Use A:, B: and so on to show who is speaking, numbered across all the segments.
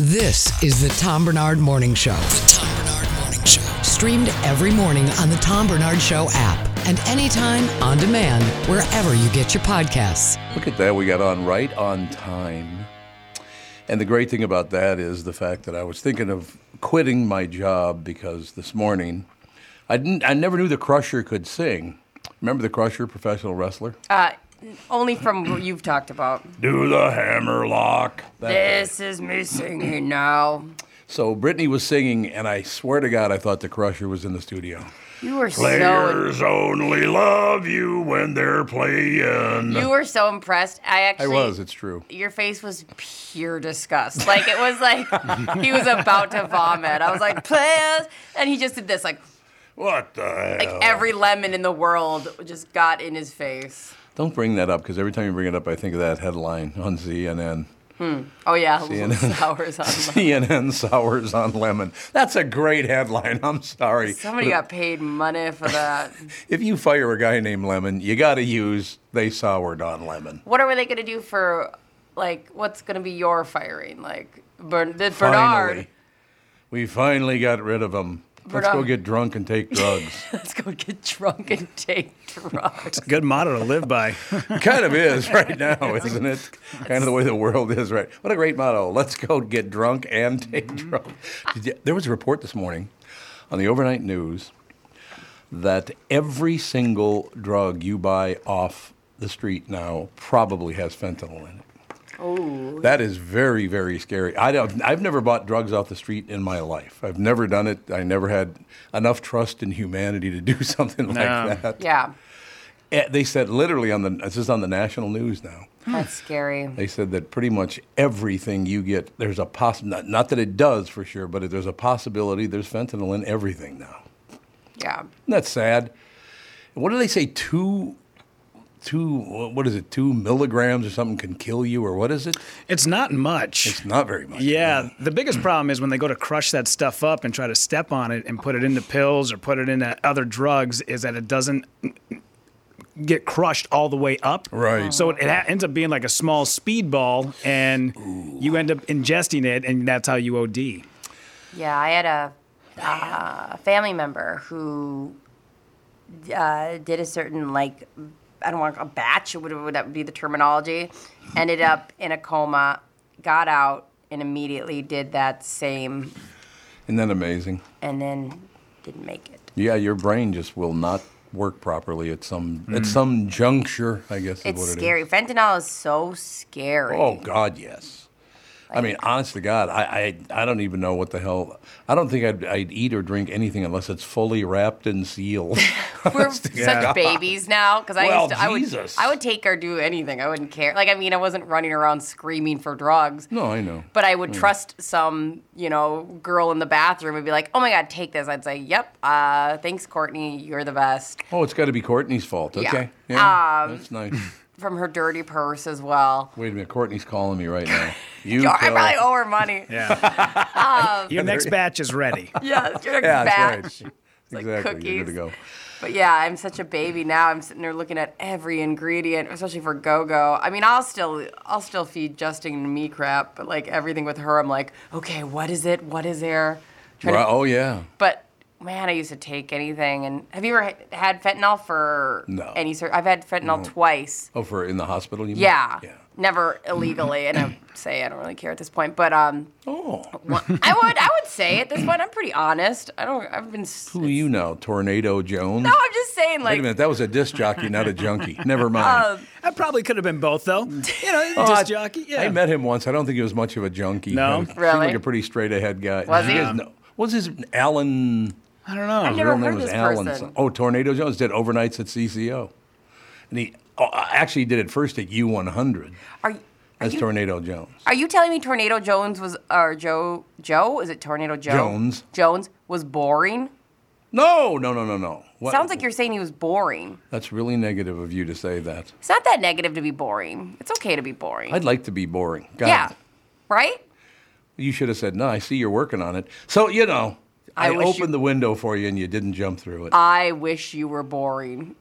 A: This is the Tom Bernard Morning Show. The Tom Bernard Morning Show. Streamed every morning on the Tom Bernard Show app and anytime on demand wherever you get your podcasts.
B: Look at that. We got on right on time. And the great thing about that is the fact that I was thinking of quitting my job because this morning I didn't I never knew the Crusher could sing. Remember the Crusher, professional wrestler?
C: Uh, only from what you've talked about.
B: Do the hammerlock.
C: This is me singing now.
B: So Brittany was singing, and I swear to God, I thought the Crusher was in the studio.
C: You were so
B: only love you when they're playing.
C: you were so impressed.
B: I
C: I actually
B: was. It's true.
C: Your face was pure disgust. Like it was like he was about to vomit. I was like, "Players," and he just did this. Like,
B: What the hell?
C: like every lemon in the world just got in his face.
B: Don't bring that up because every time you bring it up, I think of that headline on CNN.
C: Oh yeah,
B: CNN.
C: sours on. lemon.
B: CNN sours on lemon. That's a great headline. I'm sorry.
C: Somebody
B: But
C: got paid money for that.
B: If you fire a guy named Lemon, you got to use they soured on lemon.
C: what are they gonna do for, like, what's gonna be your firing? Like, Bern- did Bernard?
B: Finally, we finally got rid of him. Let's go
C: Bernard.
B: get drunk and take drugs.
C: Let's go get drunk and take drugs.
D: Good motto to live by.
B: kind of is right now, isn't it? Kind of the way the world is right. What a great motto. Let's go get drunk and take
D: Mm-hmm.
B: drugs. Did you- There was a report this morning on the overnight news that every single drug you buy off the street now probably has fentanyl in it. Oh. That is very, very scary. I don't, I've never bought drugs off the street in my life. I've never done it. I never had enough trust in humanity to do something
D: No.
B: like that.
C: Yeah,
B: Eh, They said literally on the this is on the national news now.
C: that's scary.
B: They said that pretty much everything you get, there's a poss not, not that it does for sure, but there's a possibility there's fentanyl in everything now.
C: Yeah,
B: Isn't that sad? What do they say? Two, two, what is it? Two milligrams or something can kill you, or what is it?
D: It's not much.
B: It's not very much.
D: yeah, the biggest problem is when they go to crush that stuff up and try to step on it and put it into pills or put it into other drugs, is that it doesn't get crushed all the way up.
B: Right.
D: So it, it ha- ends up being like a small speed ball, and you end up ingesting it, and that's how you OD.
C: yeah. I had a uh, family member who uh, did a certain like I don't want a batch. Would would that be the terminology? Ended up in a coma, got out, and immediately did that same,
B: Isn't that amazing?
C: and then didn't make it.
B: Yeah, your brain just will not work properly at some at some juncture. I guess is
C: It's
B: what it is.
C: scary. Fentanyl is so scary.
B: Oh God, yes. I mean, honest to God, I, I I don't even know what the hell. I don't think I'd, I'd eat or drink anything unless it's fully wrapped and sealed.
C: We're such babies now because I
B: Well,
C: used to, I would
B: Jesus.
C: I would take or do anything. I wouldn't care. Like I mean, I wasn't running around screaming for drugs.
B: no, I know. Hmm.
C: But I would trust some, you know, girl in the bathroom and be like, "Oh my God, take this." I'd say, "Yep, uh, thanks, Courtney. You're the best."
B: Oh, it's got to be Courtney's fault.
C: Yeah.
B: Okay, yeah,
C: Um,
B: that's nice.
C: From her dirty purse as well.
B: Wait a minute, Courtney's calling me right now. You
C: Yo, I
B: kill-
C: probably owe her money. Um,
D: Yeah. Your next batch is ready.
C: Yeah, you're a
B: yeah,
C: batch.
B: that's right.
C: like
B: exactly, you're good to
C: cookies.
B: go.
C: But yeah, I'm such a baby now. I'm sitting there looking at every ingredient, especially for Go-Go. I mean, I'll still I'll still feed Justin and me crap, but like everything with her, I'm like, okay, what is it? What is there? Trying to-
B: Right, oh yeah,
C: but man, I used to take anything. And have you ever ha- had fentanyl for
B: No.
C: any sort? I've had fentanyl twice.
B: oh for in the hospital. You mean?
C: Yeah.
B: Yeah.
C: Never illegally, and I say I don't really care at this point. But um,
B: Oh,
C: I would I would say at this point I'm pretty honest. I don't. I've been. s-
B: who you know, Tornado Jones.
C: No, I'm just saying
B: Wait
C: like Um,
B: a minute, that was a disc jockey, not a junkie. Never mind.
D: I probably could have been both, though. You know,
B: Oh,
D: disc
B: I-
D: jockey. Yeah.
B: I met him once. I don't think he was much of a junkie.
D: No?
B: He seemed
C: Really?
B: like a pretty straight ahead guy.
C: Was
B: Did you
C: he?
B: guys know- was his Alan?
D: I don't know.
C: I've never
B: real name
C: heard
B: was
C: this
B: Alan.
C: person.
B: Oh, Tornado Jones did overnights at CCO, and he oh, actually he did it first at U100
C: Are you, are,
B: as
C: you,
B: Tornado Jones.
C: are you telling me Tornado Jones was or Joe Joe is it Tornado Joe
B: Jones.
C: Jones was boring?
B: No, no, no, no, no. What-
C: Sounds like you're saying he was boring.
B: that's really negative of you to say that.
C: It's not that negative to be boring. It's okay to be boring.
B: I'd like to be boring. God,
C: yeah, right?
B: You should have said no. I see you're working on it. So you know, I,
C: I wish
B: opened
C: you-
B: the window for you, and you didn't jump through it.
C: I wish you were boring.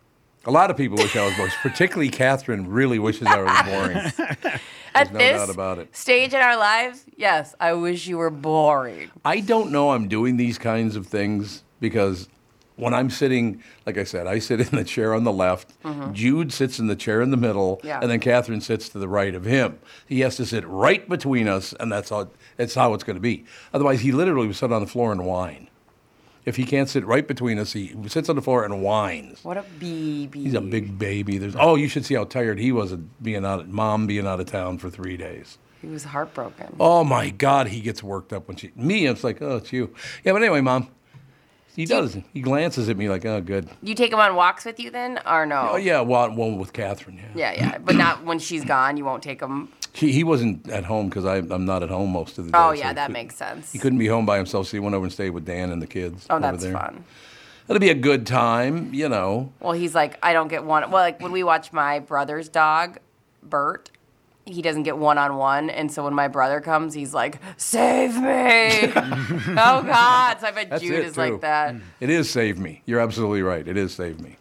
B: A lot of people wish I was boring. Particularly Catherine really wishes I was boring.
C: At
B: no
C: this
B: doubt about it.
C: stage in our lives, yes, I wish you were boring.
B: I don't know I'm doing these kinds of things because when I'm sitting, like I said, I sit in the chair on the left, Jude sits in the chair in the middle,
C: Mm-hmm. Yeah.
B: and then Catherine sits to the right of him. He has to sit right between us, and that's how, that's how it's going to be. Otherwise, he literally would sit on the floor and whine. If he can't sit right between us, he sits on the floor and whines.
C: What a baby.
B: He's a big baby. There's oh, you should see how tired he was of being out, at mom being out of town for three days.
C: He was heartbroken.
B: Oh my God, he gets worked up when she me. It's like, oh, it's you. Yeah, but anyway, mom. He does. He glances at me like, oh, good.
C: You take him on walks with you then, or no?
B: Oh yeah, well, one with Catherine. Yeah.
C: Yeah, yeah, but not when she's gone. You won't take him.
B: He, he wasn't at home because I'm not at home most of the day. so
C: Oh yeah,
B: he
C: that
B: could-
C: makes sense.
B: He couldn't be home by himself, so he went over and stayed with Dan and the kids.
C: Oh,
B: over
C: that's
B: there.
C: fun.
B: That'll be a good time, you know.
C: Well, he's like, I don't get one. Well, like when we watch my brother's dog, Bert, he doesn't get one on one. And so when my brother comes, he's like, save me. oh, God. So I bet
B: That's
C: Jude
B: it,
C: is
B: too.
C: like that.
B: It is save me. You're absolutely right. It is save me.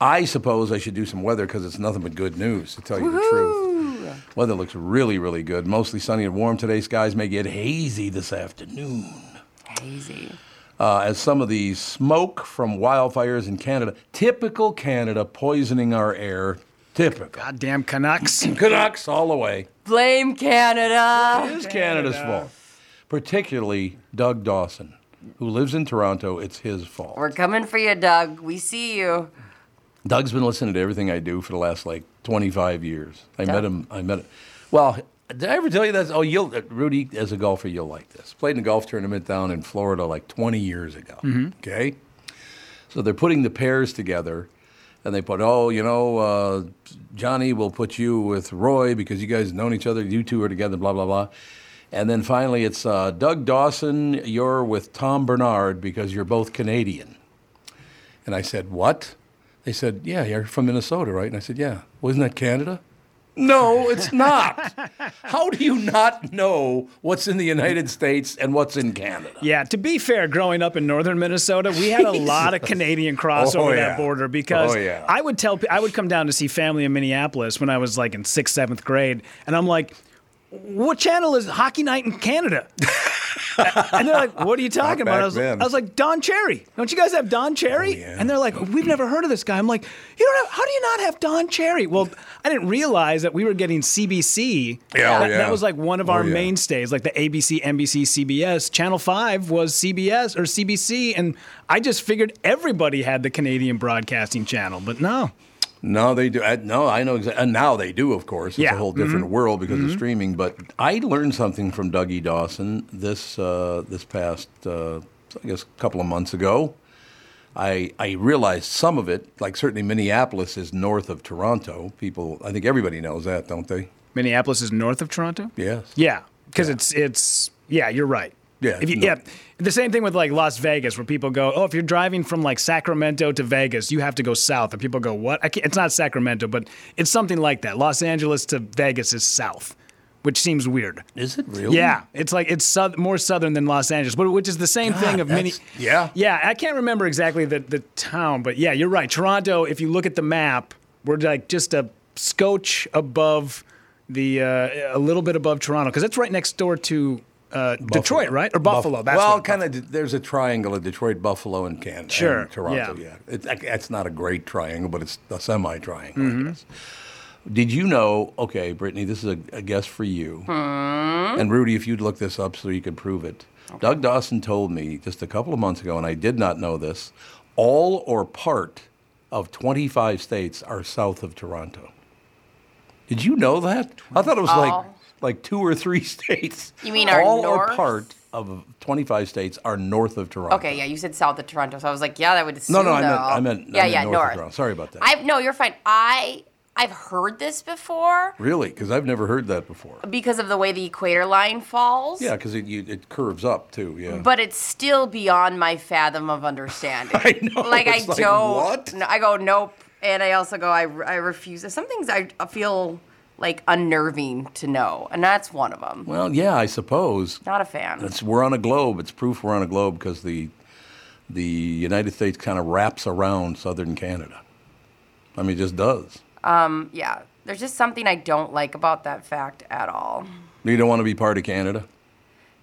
B: I suppose I should do some weather because it's nothing but good news, to tell you the truth. Weather looks really, really good. Mostly sunny and warm today. Skies may get hazy this afternoon.
C: Hazy.
B: Uh, as some of the smoke from wildfires in Canada, typical Canada, poisoning our air. Typical.
D: Goddamn Canucks.
B: Canucks all the way.
C: Blame Canada.
B: It is Canada's fault. Particularly Doug Dawson, who lives in Toronto. It's his fault.
C: We're coming for you, Doug. We see you.
B: Doug's been listening to everything I do for the last like 25 years. I met
C: Doug?
B: him. I met him. Well, did I ever tell you that? Oh, you'll uh, Rudy as a golfer, you'll like this. Played in a golf tournament down in Florida like 20 years ago. Okay, so they're putting the pairs together, and they put oh, you know, uh, Johnny will put you with Roy because you guys have known each other. You two are together. Blah blah blah. And then finally, it's uh, Doug Dawson. You're with Tom Bernard because you're both Canadian. And I said, What? They said, Yeah, you're from Minnesota, right? And I said, Yeah. Wasn't that Canada? No, Oh, it's not. How do you not know what's in the United States and what's in Canada?
D: Yeah, to be fair, growing up in northern Minnesota, we had a lot of Canadian cross
B: Oh,
D: over
B: yeah.
D: that border because
B: Oh, yeah.
D: I would tell pe- I would come down to see family in Minneapolis when I was like in sixth, seventh grade, and I'm like, "What channel is Hockey Night in Canada?" and they're like, "What are you talking
B: back
D: about?" I was,
B: then. Oh,
D: I was like, "Don Cherry, don't you guys have Don Cherry?"
B: yeah.
D: And they're like, "We've never heard of this guy." I'm like, "You don't have? How do you not have Don Cherry?" Well, I didn't realize that we were getting CBC.
B: Yeah, oh,
D: that,
B: yeah.
D: that was like one of
B: Oh,
D: our
B: yeah.
D: main stays, like the ABC, NBC, CBS. Channel 5 was CBS or CBC, and I just figured everybody had the Canadian Broadcasting Channel, but no.
B: No, they do. I, no, I know. Exa- and now they do, of course. It's
D: Yeah.
B: a whole different world because of streaming. But I learned something from Dougie Dawson this uh, this past, uh, I guess, couple of months ago. I I realized some of it, like certainly Minneapolis is north of Toronto. People, I think everybody knows that, don't they?
D: Minneapolis is north of Toronto?
B: Yes.
D: Yeah, because it's, it's, yeah, you're right.
B: Yeah,
D: If you,
B: no.
D: Yeah. The same thing with like Las Vegas, where people go, oh, if you're driving from like Sacramento to Vegas, you have to go south. And people go, what? I can't, it's not Sacramento, but it's something like that. Los Angeles to Vegas is south, which seems weird.
B: Is it really?
D: Yeah, it's like it's south, more southern than Los Angeles, but which is the same
B: God,
D: thing of many.
B: that's- yeah.
D: yeah. I can't remember exactly the the town, but yeah, you're right. Toronto. If you look at the map, we're like just a scotch above the uh, a little bit above Toronto because that's right next door to uh, Detroit, right or Buffalo? that's
B: well,
D: what-
B: kind of. There's a triangle of Detroit, Buffalo, and Canada.
D: Sure,
B: And Toronto.
D: yeah.
B: Yeah. It's It, it's not a great triangle, but it's a semi-triangle. I guess. Mm-hmm. Did you know? Okay, Brittany, this is a, a guess for you.
C: Hmm?
B: And Rudy, if you'd look this up so you could prove it. Doug Dawson told me just a couple of months ago, and I did not know this. All or part of 25 states are south of Toronto. Did you know that? I thought it was like
C: All.
B: like two or three states.
C: You mean our
B: all or
C: north?
B: part of 25 states are north of Toronto.
C: Okay, yeah, you said south of Toronto, so I was like, yeah, that would assume.
B: no, I
C: though.
B: meant- I meant- I
C: yeah,
B: meant
C: yeah,
B: north of
C: north.
B: Toronto. Sorry about that.
C: I've no, you're fine. I I've heard this before
B: Really? Because I've never heard that before.
C: because of the way the equator line falls.
B: Yeah, because it, you- it curves up too. Yeah.
C: but it's still beyond my fathom of understanding.
B: I know,
C: Like I
B: it's like,
C: don't.
B: what?
C: No, I go nope, and I also go I, I refuse. Some things I feel like unnerving to know, and that's one of them.
B: well, yeah, I suppose.
C: Not a fan.
B: It's, we're on a globe. It's proof we're on a globe because the, the United States kind of wraps around southern Canada. I mean, it just does.
C: Um, yeah, There's just something I don't like about that fact at all.
B: You don't want to be part of Canada.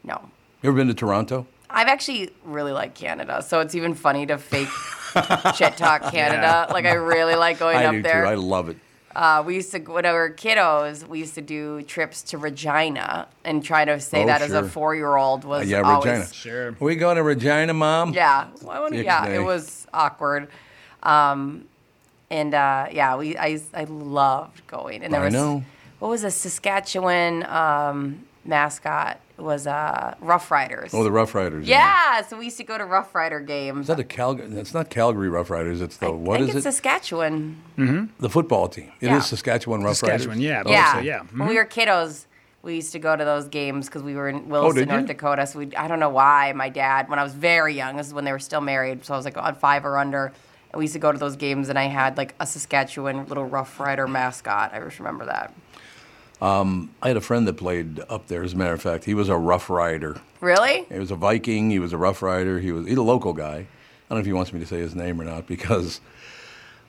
C: No.
B: You ever been to Toronto?
C: I've actually really liked Canada, so it's even funny to fake shit talk Canada. Like I really like going
B: I
C: up
B: do
C: there.
B: too. I love it.
C: Uh, we used to, when we were kiddos, we used to do trips to Regina and try to say
B: Oh,
C: that as
B: sure. Uh,
C: a four-year-old was
B: yeah,
C: always,
B: Regina.
D: Sure.
B: We going to Regina, mom?
C: Yeah, well, I wanna-
B: Nick
C: yeah,
B: Day.
C: it was awkward. Um, and uh, yeah, we I, used- I loved going. And there
B: I
C: was
B: know.
C: what was a Saskatchewan um, mascot It was uh, Rough Riders.
B: Oh, the Rough Riders.
C: yeah, so we used to go to Rough Rider games.
B: Is that the Calgary? It's not Calgary Rough Riders. It's the
C: I
B: what
C: think
B: is
C: it's
B: it?
C: Saskatchewan.
B: the football team. It is
C: Yeah.
B: Saskatchewan Rough
D: Mm-hmm. Saskatchewan,
B: Riders.
D: yeah. but
C: yeah,
D: also, yeah. mm-hmm.
C: When we were kiddos, we used to go to those games because we were in
D: Oh,
C: Williston,
B: did
C: North
B: you?
C: Dakota. So we, I don't know why my dad, when I was very young, this is when they were still married, so I was like on five or under. And we used to go to those games, and I had like a Saskatchewan little Rough Rider mascot. I just remember that.
B: Um, I had a friend that played up there. As a matter of fact, he was a Rough Rider.
C: Really?
B: He was a Viking. He was a Rough Rider. He was he's a local guy. I don't know if he wants me to say his name or not because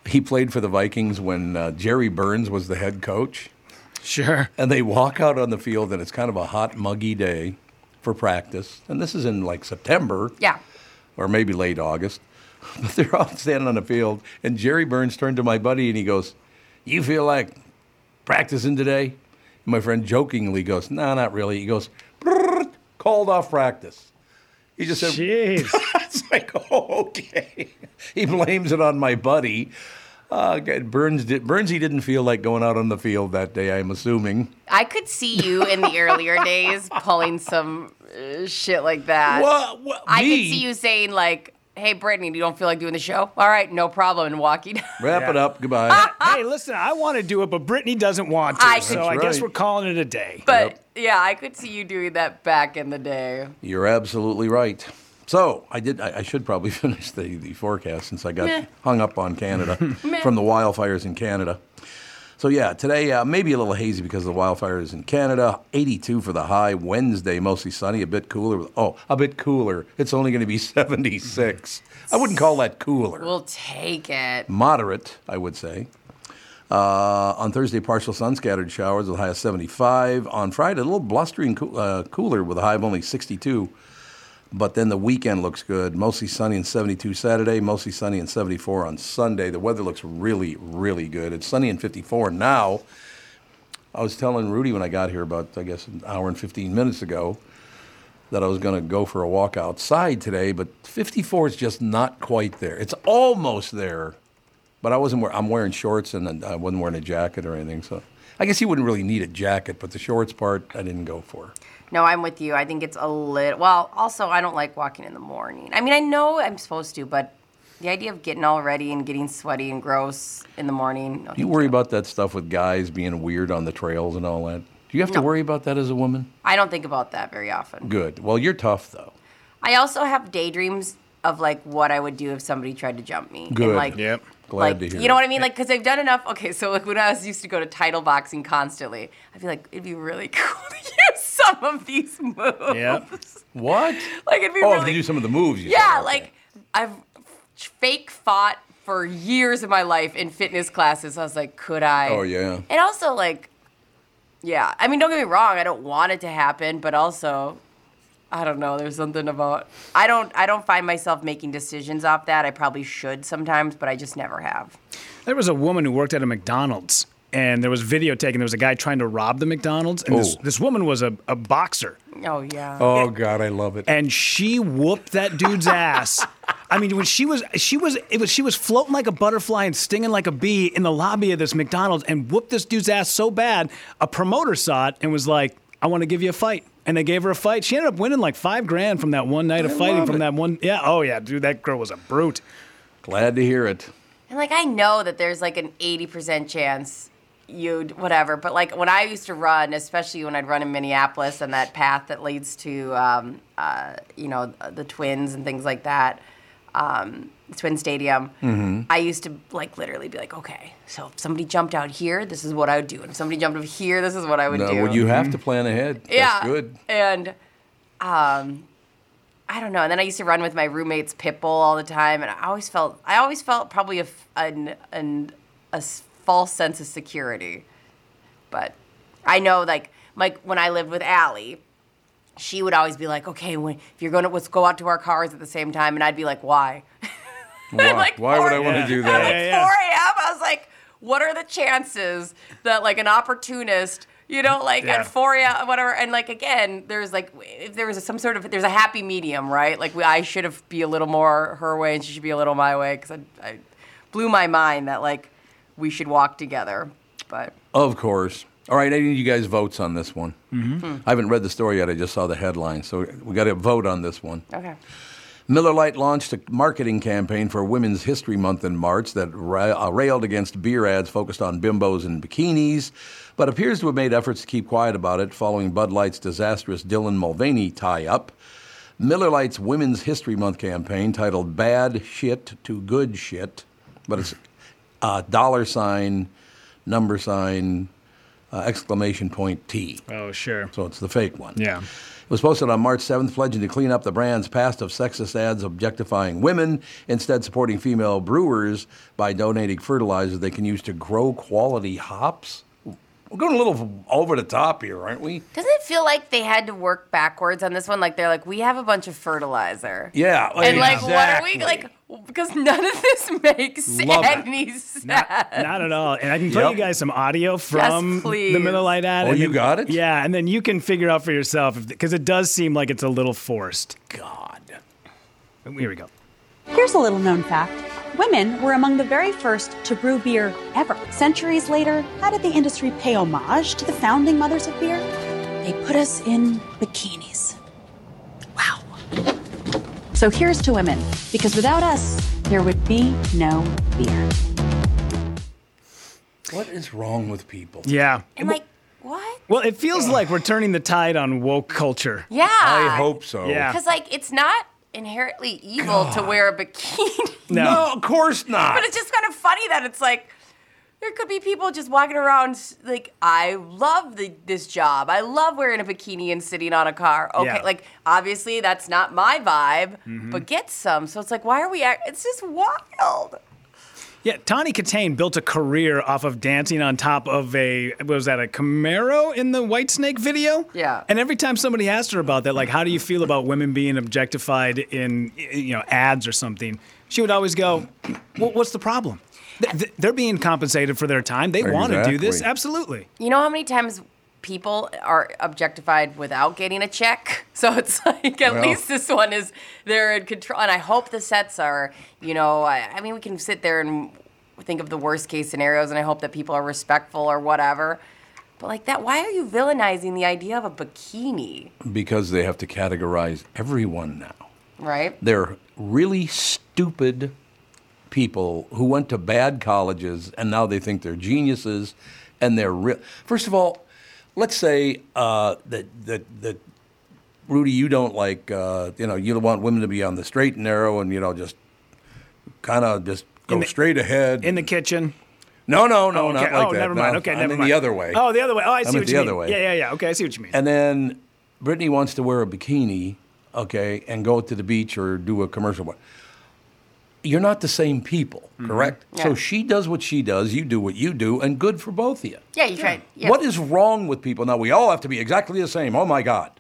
B: he played for the Vikings when uh, Jerry Burns was the head coach.
D: Sure.
B: And they walk out on the field, and it's kind of a hot, muggy day for practice. And this is in like September
C: Yeah.
B: or maybe late August. But they're all standing on the field, and Jerry Burns turned to my buddy and he goes, "You feel like practicing today?" And my friend jokingly goes, "No, not really." He goes, "Brrr, "Called off practice." He just said,
D: Jeez.
B: it's like, oh, okay. He blames it on my buddy. Uh, God, Burns did, Burnsy didn't feel like going out on the field that day, I'm assuming.
C: I could see you in the earlier days pulling some uh, shit like that.
B: What? what
C: I
B: me?
C: could see you saying like, "Hey, Brittany, you don't feel like doing the show? All right, no problem," and walking.
B: Wrap it
D: Yeah.
B: up. Goodbye.
D: hey, listen, I want to do it, but Brittany doesn't want to.
C: I could-
D: so I
B: That's
D: guess
B: right.
D: we're calling it a day.
C: But
B: Yep.
C: yeah, I could see you doing that back in the day.
B: You're absolutely right. So I did. I, I should probably finish the, the forecast since I got
C: Meh.
B: hung up on Canada from the wildfires in Canada. So yeah, today uh, maybe a little hazy because of the wildfires in Canada. 82 for the high. Wednesday mostly sunny, a bit cooler. With, oh, a bit cooler. It's only going to be 76. I wouldn't call that cooler.
C: We'll take it.
B: Moderate, I would say. Uh, on Thursday, partial sun scattered showers with a high of 75. On Friday, a little blustery and coo- uh, cooler with a high of only 62. But then the weekend looks good. Mostly sunny and 72 Saturday, mostly sunny and 74 on Sunday. The weather looks really, really good. It's sunny and 54 now. I was telling Rudy when I got here about, I guess, an hour and 15 minutes ago that I was going to go for a walk outside today, but 54 is just not quite there. It's almost there, but I wasn't wearing, I'm wearing shorts and I wasn't wearing a jacket or anything. So I guess you wouldn't really need a jacket, but the shorts part I didn't go for.
C: No, I'm with you. I think it's a little. Well, also, I don't like walking in the morning. I mean, I know I'm supposed to, but the idea of getting all ready and getting sweaty and gross in the morning. no,
B: You worry about that stuff with guys being weird on the trails and all that. Do you have to worry about that as a woman?
C: I don't think about that very often.
B: Good. Well, you're tough though.
C: I also have daydreams of like what I would do if somebody tried to jump me.
B: Good.
C: And, like,
D: Yep.
B: Glad
C: like,
B: to hear.
C: You know
B: it.
C: what I mean? Like, because I've done enough. Okay, so like when I was used to go to title boxing constantly, I feel like it'd be really cool to use some of these moves.
D: Yep.
B: What?
C: Like it'd be
B: oh, if
C: really.
B: they do some of the moves. You
C: yeah,
B: said, okay.
C: like I've fake fought for years of my life in fitness classes. I was like, could I?
B: Oh, yeah.
C: And also like, yeah. I mean, don't get me wrong. I don't want it to happen, but also. I don't know. There's something about I don't I don't find myself making decisions off that. I probably should sometimes, but I just never have.
D: There was a woman who worked at a McDonald's, and there was video taken. There was a guy trying to rob the McDonald's, and this,
B: Oh.
D: this woman was a, a boxer,
C: Oh yeah.
B: Oh God, I love it.
D: and she whooped that dude's ass. I mean, when she was she was it was she was floating like a butterfly and stinging like a bee in the lobby of this McDonald's, and whooped this dude's ass so bad, a promoter saw it and was like, "I want to give you a fight." And they gave her a fight. She ended up winning like five grand from that one night of
B: I
D: fighting
B: love
D: from
B: it.
D: that one. Yeah. Oh, yeah, dude, that girl was a brute.
B: Glad to hear it.
C: And like I know that there's like an 80% chance you'd whatever, but like when I used to run, especially when I'd run in Minneapolis and that path that leads to um, uh, you know the Twins and things like that, um, Twin Stadium.
B: Mm-hmm.
C: I used to like literally be like, okay, so if somebody jumped out here, this is what I would do, and if somebody jumped over here, this is what I would
B: No,
C: do.
B: well, you have to plan ahead.
C: Yeah.
B: That's good.
C: And um, I don't know. And then I used to run with my roommate's pit bull all the time, and I always felt I always felt probably a f- an, an, a s- false sense of security But I know, like, like when I lived with Allie, she would always be like, "Okay, when, if you're going to let's go out to our cars at the same time," and I'd be like, "Why?"
B: Why,
C: like
B: why would I
C: four-
B: want to do
D: Yeah.
B: that?
C: At like
D: Yeah, yeah.
C: 4 a.m., I was like, what are the chances that like an opportunist, you know, like
D: Yeah.
C: at 4 a.m., whatever, and like again, there's like, if there was some sort of, there's a happy medium, right? Like we, I should have be a little more her way and she should be a little my way because I, I blew my mind that like we should walk together. But
B: Of course. All right, I need you guys' votes on this one. I haven't read the story yet. I just saw the headline, so we got to vote on this one.
C: okay.
B: Miller Lite launched a marketing campaign for Women's History Month in March that ra- uh, railed against beer ads focused on bimbos and bikinis, but appears to have made efforts to keep quiet about it following Bud Light's disastrous Dylan Mulvaney tie up. Miller Lite's Women's History Month campaign, titled Bad Shit to Good Shit, but it's uh, dollar sign, number sign, uh, exclamation point T.
D: Oh, sure.
B: So it's the fake one.
D: Yeah.
B: It was posted on March 7th, pledging to clean up the brand's past of sexist ads objectifying women, instead supporting female brewers by donating fertilizer they can use to grow quality hops. We're going a little over the top here, aren't we?
C: Doesn't it feel like they had to work backwards on this one? Like they're like, we have a bunch of fertilizer.
B: Yeah.
C: And like,
B: exactly.
C: what are we like? Because none of this makes
B: Love it.
C: any sense.
D: Not at all. And I can play
B: Yep.
D: you guys some audio from
C: please.
D: the Miller Lite ad.
B: Oh,
D: and
B: you
D: then-
B: got it?
D: Yeah, and then you can figure out for yourself because it does seem like it's a little forced. God. Oh, Here we go.
E: Here's a little known fact women were among the very first to brew beer ever. Centuries later, how did the industry pay homage to the founding mothers of beer? They put us in bikinis. Wow. So here's to women, because without us, there would be no beer.
B: What is wrong with people?
D: Yeah.
C: I'm like, what?
D: Well, it feels like we're turning the tide on woke culture.
C: Yeah.
B: I hope so.
D: Yeah.
C: Because, like, it's not inherently evil to wear a bikini.
B: No, of course not.
C: but it's just kind of funny that it's like, there could be people just walking around like, I love the, this job. I love wearing a bikini and sitting on a car. Okay.
D: Yeah. Mm-hmm.
C: Like, obviously, that's not my vibe, but get some. So it's like, why are we? Act- it's just wild.
D: Yeah, Tawny Katane built a career off of dancing on top of a what was that a Camaro in the Whitesnake video?
C: Yeah.
D: And every time somebody asked her about that, like, how do you feel about women being objectified in y- you know ads or something, she would always go, well, "What's the problem? Th- th- They're being compensated for their time. They want to do this,
B: Exactly.
D: absolutely."
C: You know how many times people are objectified without getting a check? So it's like at
B: Well.
C: least this one is they're in control. And I hope the sets are, you know, I, I mean, we can sit there and think of the worst case scenarios, and I hope that people are respectful or whatever. But like that, why are you villainizing the idea of a bikini,
B: because they have to categorize everyone now.
C: right?
B: They're really stupid people who went to bad colleges and now they think they're geniuses and they're real. First of all, let's say uh, that, that, that Rudy, you don't like, uh, you know, you don't want women to be on the straight and narrow and, you know, just kind of just go
D: the-
B: straight ahead.
D: In the kitchen.
B: no, no, no,
D: okay.
B: not like
D: oh,
B: that.
D: never mind.
B: No,
D: Okay,
B: I
D: never
B: mean
D: mind.
B: the other way.
D: Oh, the other way. Oh, I see
B: meant
D: what
B: the
D: you mean.
B: other way.
D: Yeah, yeah, yeah. Okay, I see what you mean.
B: And then Brittany wants to wear a bikini, okay, and go to the beach or do a commercial. What? You're not the same people, correct? So
C: Mm-hmm. Yeah.
B: she does what she does, you do what you do, and good for both of you.
C: Yeah, you try. Yeah.
B: What is wrong with people now? We all have to be exactly the same. Oh my God,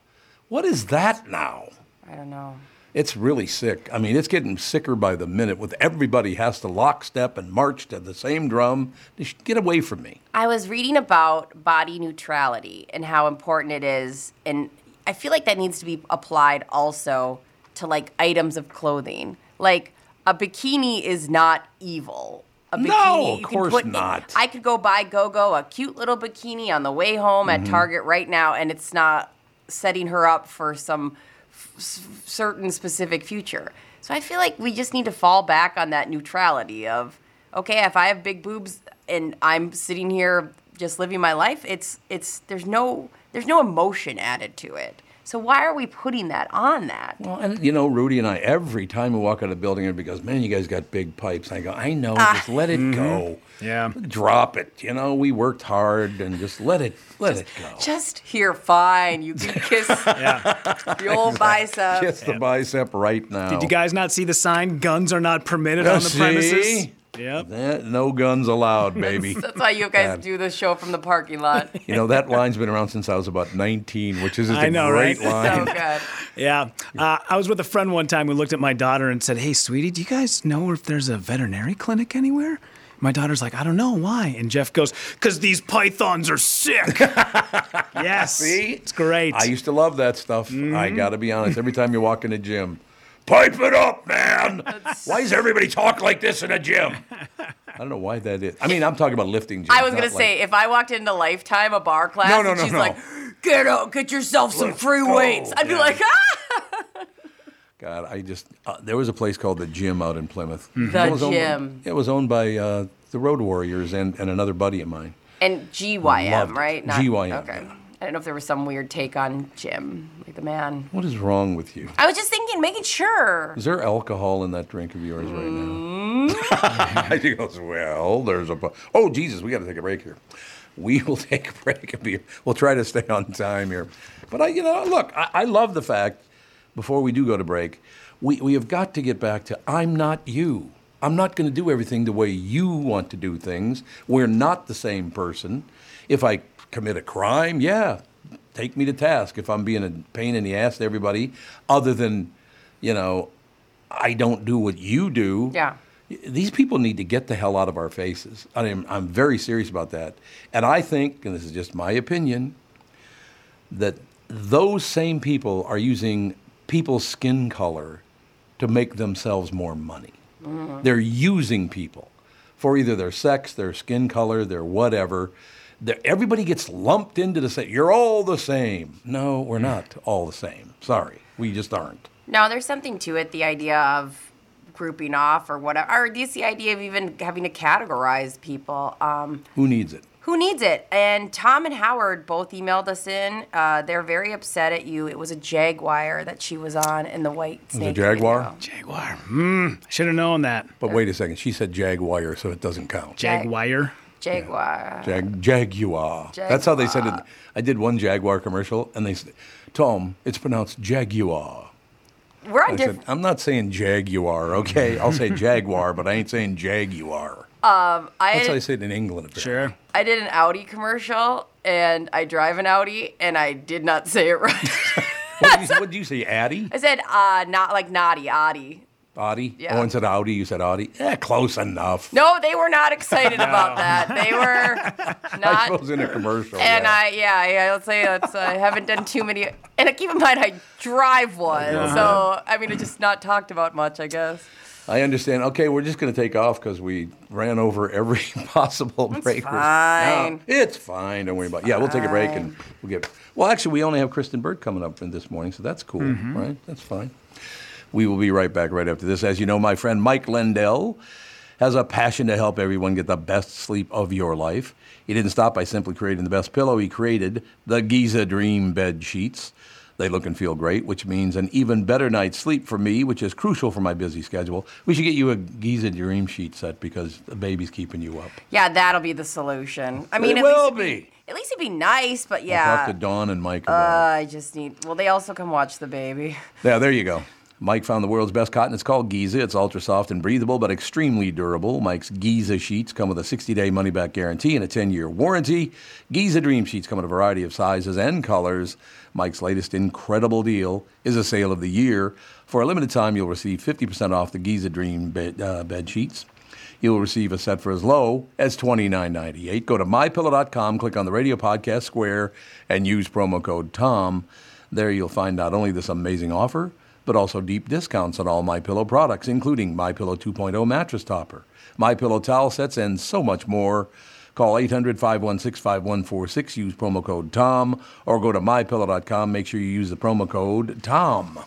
B: what is that now?
C: I don't know.
B: It's really sick. I mean, it's getting sicker by the minute. With everybody has to lockstep and march to the same drum. Just Get away from me.
C: I was reading about body neutrality and how important it is, and I feel like that needs to be applied also to like items of clothing. Like a bikini is not evil. A bikini,
B: No, of course not.
C: I could go buy GoGo a cute little bikini on the way home at Target right now, and it's not setting her up for some f- s- certain specific future. So I feel like we just need to fall back on that neutrality of okay, if I have big boobs and I'm sitting here just living my life, it's it's there's no there's no emotion added to it. So why are we putting that on that?
B: Well, and you know, Rudy and I, every time we walk out of the building, everybody goes, "Man, you guys got big pipes." I go, "I know, just
C: Ah.
B: let it go.
C: Mm-hmm.
D: Yeah.
B: drop it. You know, we worked hard, and just let it, let it go.
C: Just here, fine. You can kiss the old bicep.
B: Kiss the bicep right now.
D: Did you guys not see the sign? Guns are not permitted
B: Now,
D: on the
B: Oh. see?
D: premises. Yep.
B: Eh, no guns allowed, baby.
C: That's why you guys
B: Man.
C: do the show from the parking lot.
B: You know, that line's been around since I was about 19, which is just
D: I
B: a
D: know,
B: great
D: right?
B: line.
C: So good.
D: Yeah. Uh, I was with a friend one time who looked at my daughter and said, Hey, sweetie, do you guys know if there's a veterinary clinic anywhere? My daughter's like, I don't know why. And Jeff goes, Because these pythons are sick. yes.
B: See?
D: It's great. Mm-hmm.
B: I used to love that stuff. I got to be honest. Every time you walk in a gym, pipe it up, man. Why does everybody talk like this in a gym? I don't know why that is. I mean, I'm talking about lifting gyms.
C: I was
B: not
C: gonna
B: like-
C: say if I walked into Lifetime, a bar class,
B: No, no,
C: and
B: no,
C: she's
B: no.
C: like, "Get out, get yourself some
B: Let's
C: free
B: go."
C: weights," I'd be
B: Yeah.
C: like, "Ah!"
B: God, I just uh, there was a place called the Gym out in Plymouth.
D: Mm-hmm.
C: The
B: it was owned-
C: Gym.
B: it was owned by uh, the Road Warriors and, and another buddy of mine.
C: And GYM,
B: Loved it.
C: right?
B: GYM,
C: Okay.
B: yeah.
C: I don't know if there was some weird take on Jim, like the man.
B: What is wrong with you?
C: I was just thinking, making sure.
B: Is there alcohol in that drink of yours right now? she goes, Well, there's a. bu- Oh, Jesus, we got to take a break here. We will take a break. and be- We'll try to stay on time here. But I, you know, look, I, I love the fact, before we do go to break, we, we have got to get back to I'm not you. I'm not going to do everything the way you want to do things. We're not the same person. If I commit a crime, yeah, take me to task. If I'm being a pain in the ass to everybody, other than, you know, I don't do what you do.
C: Yeah.
B: These people need to get the hell out of our faces. I am, I'm very serious about that. And I think, and this is just my opinion, that those same people are using people's skin color to make themselves more money. They're using people for either their sex, their skin color, their whatever. They're- everybody gets lumped into the same. You're all the same. No, we're not all the same. Sorry, we just aren't.
C: No, there's something to it. The idea of grouping off or whatever, or just the idea of even having to categorize people. Um,
B: Who needs it?
C: who needs it? And Tom and Howard both emailed us in. Uh, they're very upset at you. It was a jaguar that she was on in the white snake.
B: jaguar?
C: video.
D: Jaguar. Mm, I should have known that.
B: But wait a second, she said jaguar, so it doesn't count.
D: Jaguar.
C: Jaguar.
B: Jag- jaguar. That's how they said it.
C: Jaguar. I
B: I did one jaguar commercial, and they said, "Tom, it's pronounced jaguar."
C: We're on
B: I
C: different.
B: said, "I'm not saying jaguar, okay? I'll say jaguar, but I ain't saying jaguar."
C: um, I
B: That's how they say it in England. Apparently.
D: Sure.
C: I did an Audi commercial and I drive an Audi and I did not say it right.
B: What did you, what did you say, Addy?
C: I said uh not like naughty, Audi.
B: Audi?
C: Yeah.
B: Oh, said Audi. You said Audi. Yeah, close enough.
C: No, they were not excited about that. They were
B: I
C: not.
B: suppose in a commercial.
C: And
B: Oh, yeah.
C: I, yeah, yeah, let's say that's, I haven't done too many. And uh, keep in mind, I drive one.
B: Uh-huh.
C: So, I mean, it's just not talked about much, I guess.
B: I understand. Okay, we're just going to take off because we ran over every possible break. we-
C: fine.
B: No, it's fine. Don't worry about it. Yeah, we'll take a break and we'll get. Well, actually, we only have Kristen Bird coming up in this morning, so that's cool, right? That's fine. We will be right back right after this. As you know, my friend Mike Lindell has a passion to help everyone get the best sleep of your life. He didn't stop by simply creating the best pillow. He created the Giza Dream Bed Sheets. They look and feel great, which means an even better night's sleep for me, which is crucial for my busy schedule. We should get you a Giza Dream Sheet set because the baby's keeping you up.
C: Yeah, that'll be the solution. I mean,
B: it
C: at
B: will
C: least,
B: be.
C: at least it'd be nice, but
B: I'll talk to
C: yeah.
B: Dawn and Mike
C: Uh,
B: about
C: I just need, well, they also come watch the baby.
B: it. Yeah, there you go. Mike found the world's best cotton. It's called Giza. It's ultra soft and breathable, but extremely durable. Mike's Giza sheets come with a 60 day money back guarantee and a 10 year warranty. Giza Dream Sheets come in a variety of sizes and colors. Mike's latest incredible deal is a sale of the year. For a limited time, you'll receive 50% off the Giza Dream bed, uh, bed sheets. You'll receive a set for as low as $29.98. Go to mypillow.com, click on the radio podcast square, and use promo code TOM. There you'll find not only this amazing offer, but also deep discounts on all MyPillow products, including MyPillow 2.0 mattress topper, MyPillow towel sets, and so much more. Call 800 516 5146, use promo code TOM, or go to mypillow.com. Make sure you use the promo code TOM.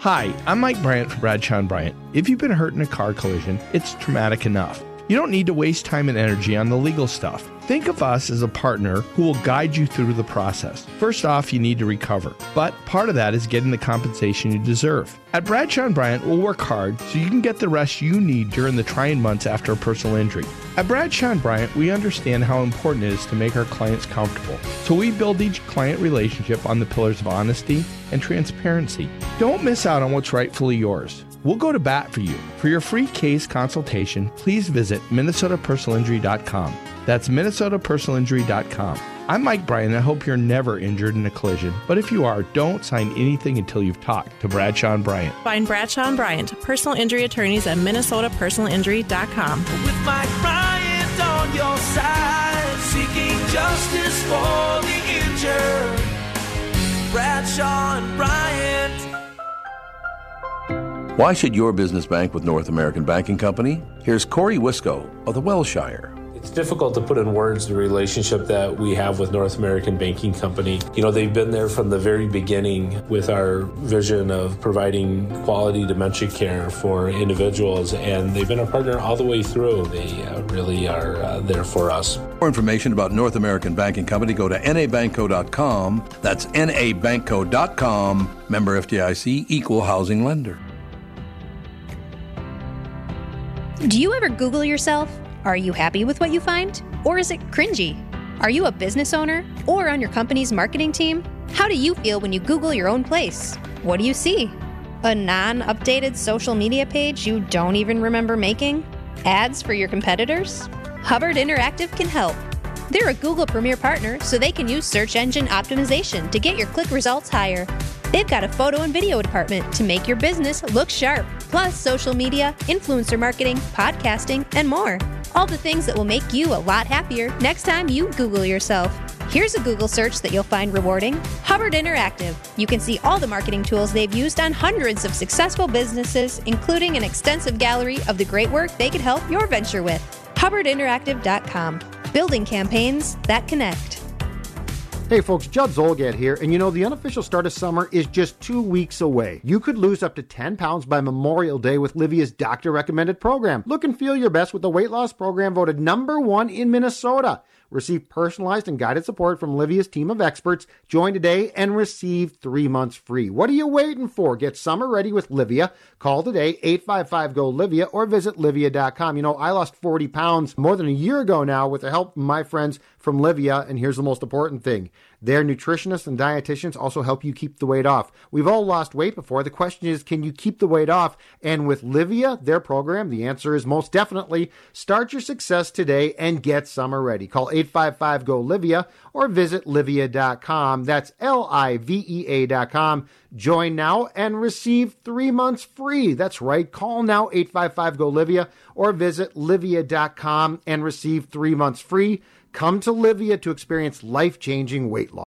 F: Hi, I'm Mike Bryant from Bradshaw and Bryant. If you've been hurt in a car collision, it's traumatic enough. You don't need to waste time and energy on the legal stuff. Think of us as a partner who will guide you through the process. First off, you need to recover, but part of that is getting the compensation you deserve. At Bradshaw and Bryant, we'll work hard so you can get the rest you need during the trying months after a personal injury. At Bradshaw and Bryant, we understand how important it is to make our clients comfortable, so we build each client relationship on the pillars of honesty and transparency. Don't miss out on what's rightfully yours. We'll go to bat for you. For your free case consultation, please visit minnesotapersonalinjury.com. That's minnesotapersonalinjury.com. I'm Mike Bryan. and I hope you're never injured in a collision, but if you are, don't sign anything until you've talked to Bradshaw and Bryant.
G: Find Bradshaw and Bryant, personal injury attorneys at minnesotapersonalinjury.com.
H: with Mike Bryant on your side, seeking justice for the injured. Bradshaw and Bryant.
B: Why should your business bank with North American Banking Company? Here's Corey Wisco of the Welshire.
I: It's difficult to put in words the relationship that we have with North American Banking Company. You know, they've been there from the very beginning with our vision of providing quality dementia care for individuals, and they've been a partner all the way through. They uh, really are uh, there for us.
B: For information about North American Banking Company, go to nabankco.com. That's nabankco.com. Member FDIC, equal housing lender.
J: Do you ever Google yourself? Are you happy with what you find? Or is it cringy? Are you a business owner or on your company's marketing team? How do you feel when you Google your own place? What do you see? A non updated social media page you don't even remember making? Ads for your competitors? Hubbard Interactive can help. They're a Google Premier partner, so they can use search engine optimization to get your click results higher. They've got a photo and video department to make your business look sharp, plus social media, influencer marketing, podcasting, and more. All the things that will make you a lot happier next time you Google yourself. Here's a Google search that you'll find rewarding Hubbard Interactive. You can see all the marketing tools they've used on hundreds of successful businesses, including an extensive gallery of the great work they could help your venture with. HubbardInteractive.com. Building campaigns that connect.
K: Hey folks, Judd Zolgad here, and you know the unofficial start of summer is just two weeks away. You could lose up to 10 pounds by Memorial Day with Livia's doctor recommended program. Look and feel your best with the weight loss program voted number one in Minnesota. Receive personalized and guided support from Livia's team of experts. Join today and receive three months free. What are you waiting for? Get summer ready with Livia. Call today, 855 GO Livia, or visit Livia.com. You know, I lost 40 pounds more than a year ago now with the help of my friends from Livia. And here's the most important thing their nutritionists and dietitians also help you keep the weight off. We've all lost weight before. The question is, can you keep the weight off? And with Livia, their program, the answer is most definitely start your success today and get summer ready. Call 855 GO Livia or visit Livia.com. That's L I V E A.com. Join now and receive three months free. That's right. Call now 855 GO Livia or visit Livia.com and receive three months free. Come to Livia to experience life changing weight loss.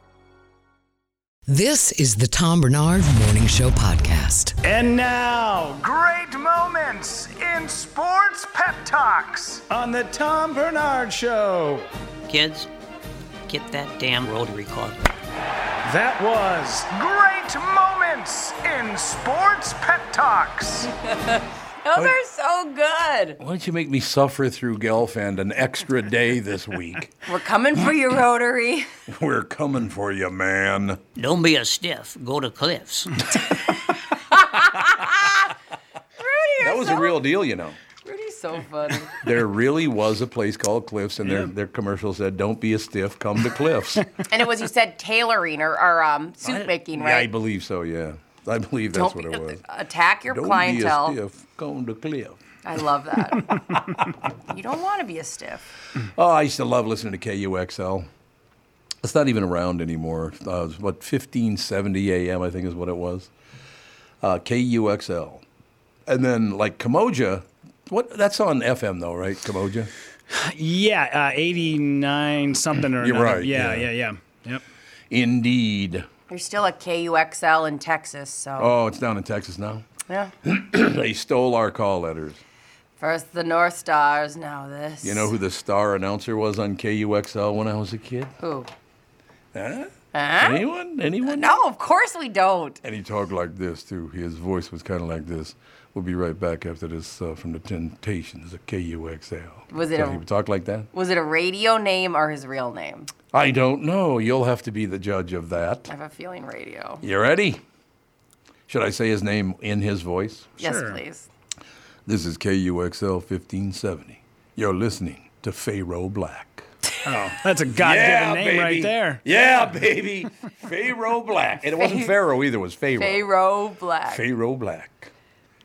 A: This is the Tom Bernard Morning Show podcast.
D: And now, great moments in sports pep talks on the Tom Bernard Show.
L: Kids, get that damn rotary club.
D: That was great moments in sports pep talks.
C: Those are Oh, so good.
B: Why don't you make me suffer through Gelfand an extra day this week?
C: We're coming for you, Rotary.
B: We're coming for you, man.
L: Don't be a stiff. Go to Cliffs.
C: Rudy,
B: That was a real deal, you know.
C: Rudy's so funny.
B: There really was a place called Cliffs, and their, their commercial said, Don't be a stiff, come to Cliffs.
C: and it was you said tailoring or, or um, suit making,
B: Yeah, I
C: right?
B: believe so, yeah. I believe that's what it was.
C: Attack uh, your
B: Don't
C: clientele.
B: be a stiff, come to Cliffs.
C: I love that. you don't want to be a stiff.
B: Oh, I used to love listening to KUXL. It's not even around anymore. Uh, it was what 1570 AM, I think, is what it was. Uh, KUXL. and then like Camoja, what? That's on FM though, right? Camoja.
D: Yeah, uh, 89 something or
B: You're
D: another.
B: right,
D: Yeah,
B: yeah.
D: yeah, yeah. Yep.
B: Indeed.
C: There's still a KUXL in Texas, so
B: Oh, it's down in Texas now.
C: yeah.
B: they stole our call letters.
C: First the North Stars, now this.
B: You know who the star announcer was on KUXL when I was a kid?
C: Who?
B: Huh?
C: Huh?
B: Anyone? Anyone?
C: No, of course we don't.
B: And he talked like this too. His voice was kind of like this. We'll be right back after this uh, from the Temptations of KUXL.
C: Was it
B: So
C: a-
B: he talked like that?
C: Was it a radio name or his real name?
B: I don't know. You'll have to be the judge of that.
C: I have a feeling radio.
B: You ready? Should I say his name in his voice?
C: Yes, please.
B: This is KUXL 1570. You're listening to Pharaoh Black.
D: Oh, that's a God given
B: Yeah,
D: name
B: baby.
D: right there.
B: Yeah, baby. Pharaoh Black. And it wasn't
C: Pha-
B: Pharaoh either, it was Pharaoh.
C: Pharaoh Black.
B: Pharaoh Black.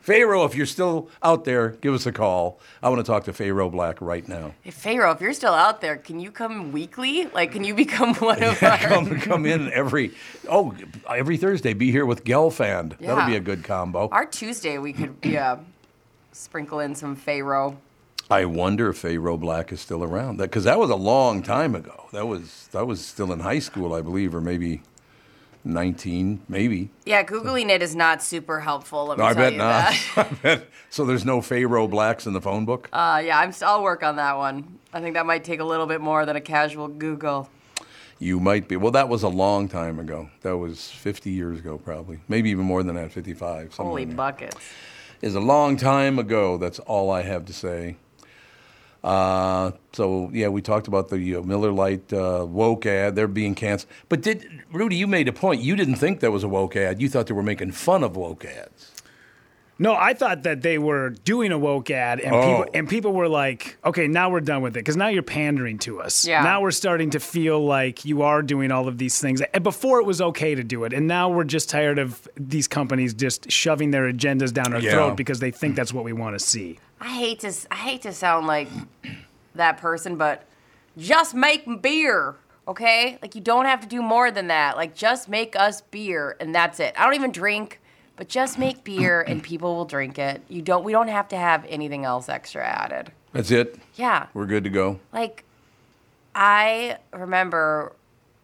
B: Pharaoh, if you're still out there, give us a call. I want to talk to Pharaoh Black right now.
C: Hey, Pharaoh, if you're still out there, can you come weekly? Like, can you become one of our?
B: Come, come in every oh every Thursday. Be here with Gelfand. That'll
C: Yeah.
B: be a good combo.
C: Our Tuesday, we could yeah, sprinkle in some Pharaoh.
B: I wonder if Pharaoh Black is still around. That because that was a long time ago. That was that was still in high school, I believe, or maybe nineteen, maybe.
C: Yeah, googling it is not super helpful. Let me
B: No, I
C: tell
B: bet
C: you
B: not.
C: that.
B: I bet. So there's no Pharaoh Blacks in the phone book.
C: Uh, yeah, I'm. s- I'll work on that one. I think that might take a little bit more than a casual Google.
B: You might be. Well, that was a long time ago. That was 50 years ago, probably. Maybe even more than that, 55. somewhere
C: Holy
B: in there.
C: buckets.
B: is a long time ago. That's all I have to say. Uh, so yeah, we talked about the you know, Miller Lite uh, woke ad. They're being canceled. But did Rudy? You made a point. You didn't think that was a woke ad. You thought they were making fun of woke ads.
D: No, I thought that they were doing a woke ad, and
B: Oh.
D: people and people were like, "Okay, now we're done with it," because now you're pandering to us.
C: Yeah.
D: Now we're starting to feel like you are doing all of these things. And before it was okay to do it, and now we're just tired of these companies just shoving their agendas down our
B: Yeah.
D: throat because they think that's what we want to see.
C: I hate to. s- I hate to sound like that person, but just make beer, okay? Like you don't have to do more than that. Like just make us beer, and that's it. I don't even drink, but just make beer, and people will drink it. You don't. We don't have to have anything else extra added.
B: That's it.
C: Yeah.
B: We're good to go.
C: Like, I remember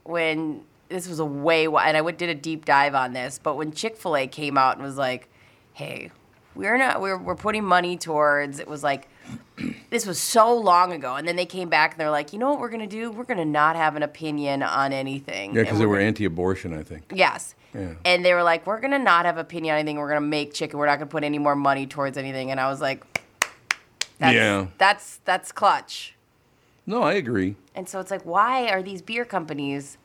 C: when this was a way, wh- and I went- did a deep dive on this, but when Chick fil A came out and was like, hey, we're not, we're, we're putting money towards, it was like, this was so long ago. And then they came back and they're like, you know what we're going to do? We're going to not have an opinion on anything.
B: Yeah,
C: And
B: because they were anti-abortion, I think.
C: we're- Yes.
B: Yeah.
C: And they were like, we're going to not have opinion on anything. We're going to make chicken. We're not going to put any more money towards anything. And I was like, that's,
B: Yeah.
C: that's, that's clutch.
B: No, I agree.
C: And so it's like, why are these beer companies?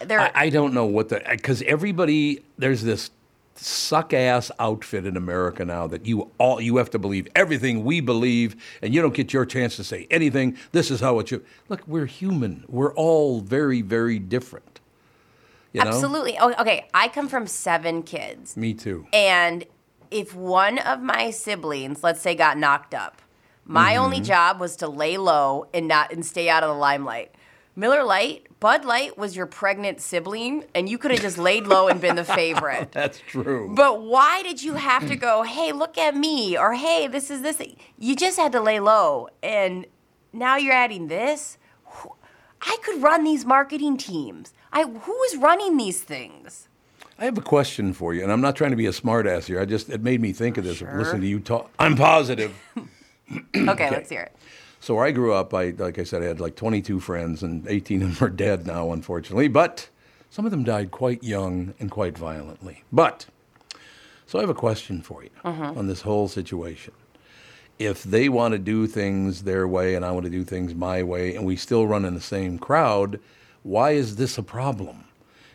C: They're
B: I, I don't know what the because everybody there's this suck ass outfit in America now that you all you have to believe everything we believe and you don't get your chance to say anything. This is how it should look. We're human. We're all very very different. You know?
C: absolutely oh, okay. I come from seven kids,
B: Me too.
C: and if one of my siblings, let's say, got knocked up, my only
B: Mm-hmm.
M: Mhm.
C: job was to lay low and not and stay out of the limelight. Miller Light, Bud Light was your pregnant sibling, and you could have just laid low and been the favorite.
B: That's true.
C: But why did you have to go, hey, look at me, or hey, this is this? You just had to lay low, and now you're adding this? Wh- I could run these marketing teams. I, who is running these things?
B: I have a question for you, and I'm not trying to be a smartass here. I just it made me think of this.
C: Sure.
B: Listen to you talk. I'm positive.
C: okay, let's hear it.
B: So where I grew up, I like I said, I had like 22 friends, and 18 of them are dead now, unfortunately. But some of them died quite young and quite violently. But so I have a question for you
C: Uh-huh.
H: Mhm.
B: on this whole situation. If they want to do things their way and I want to do things my way, and we still run in the same crowd, why is this a problem?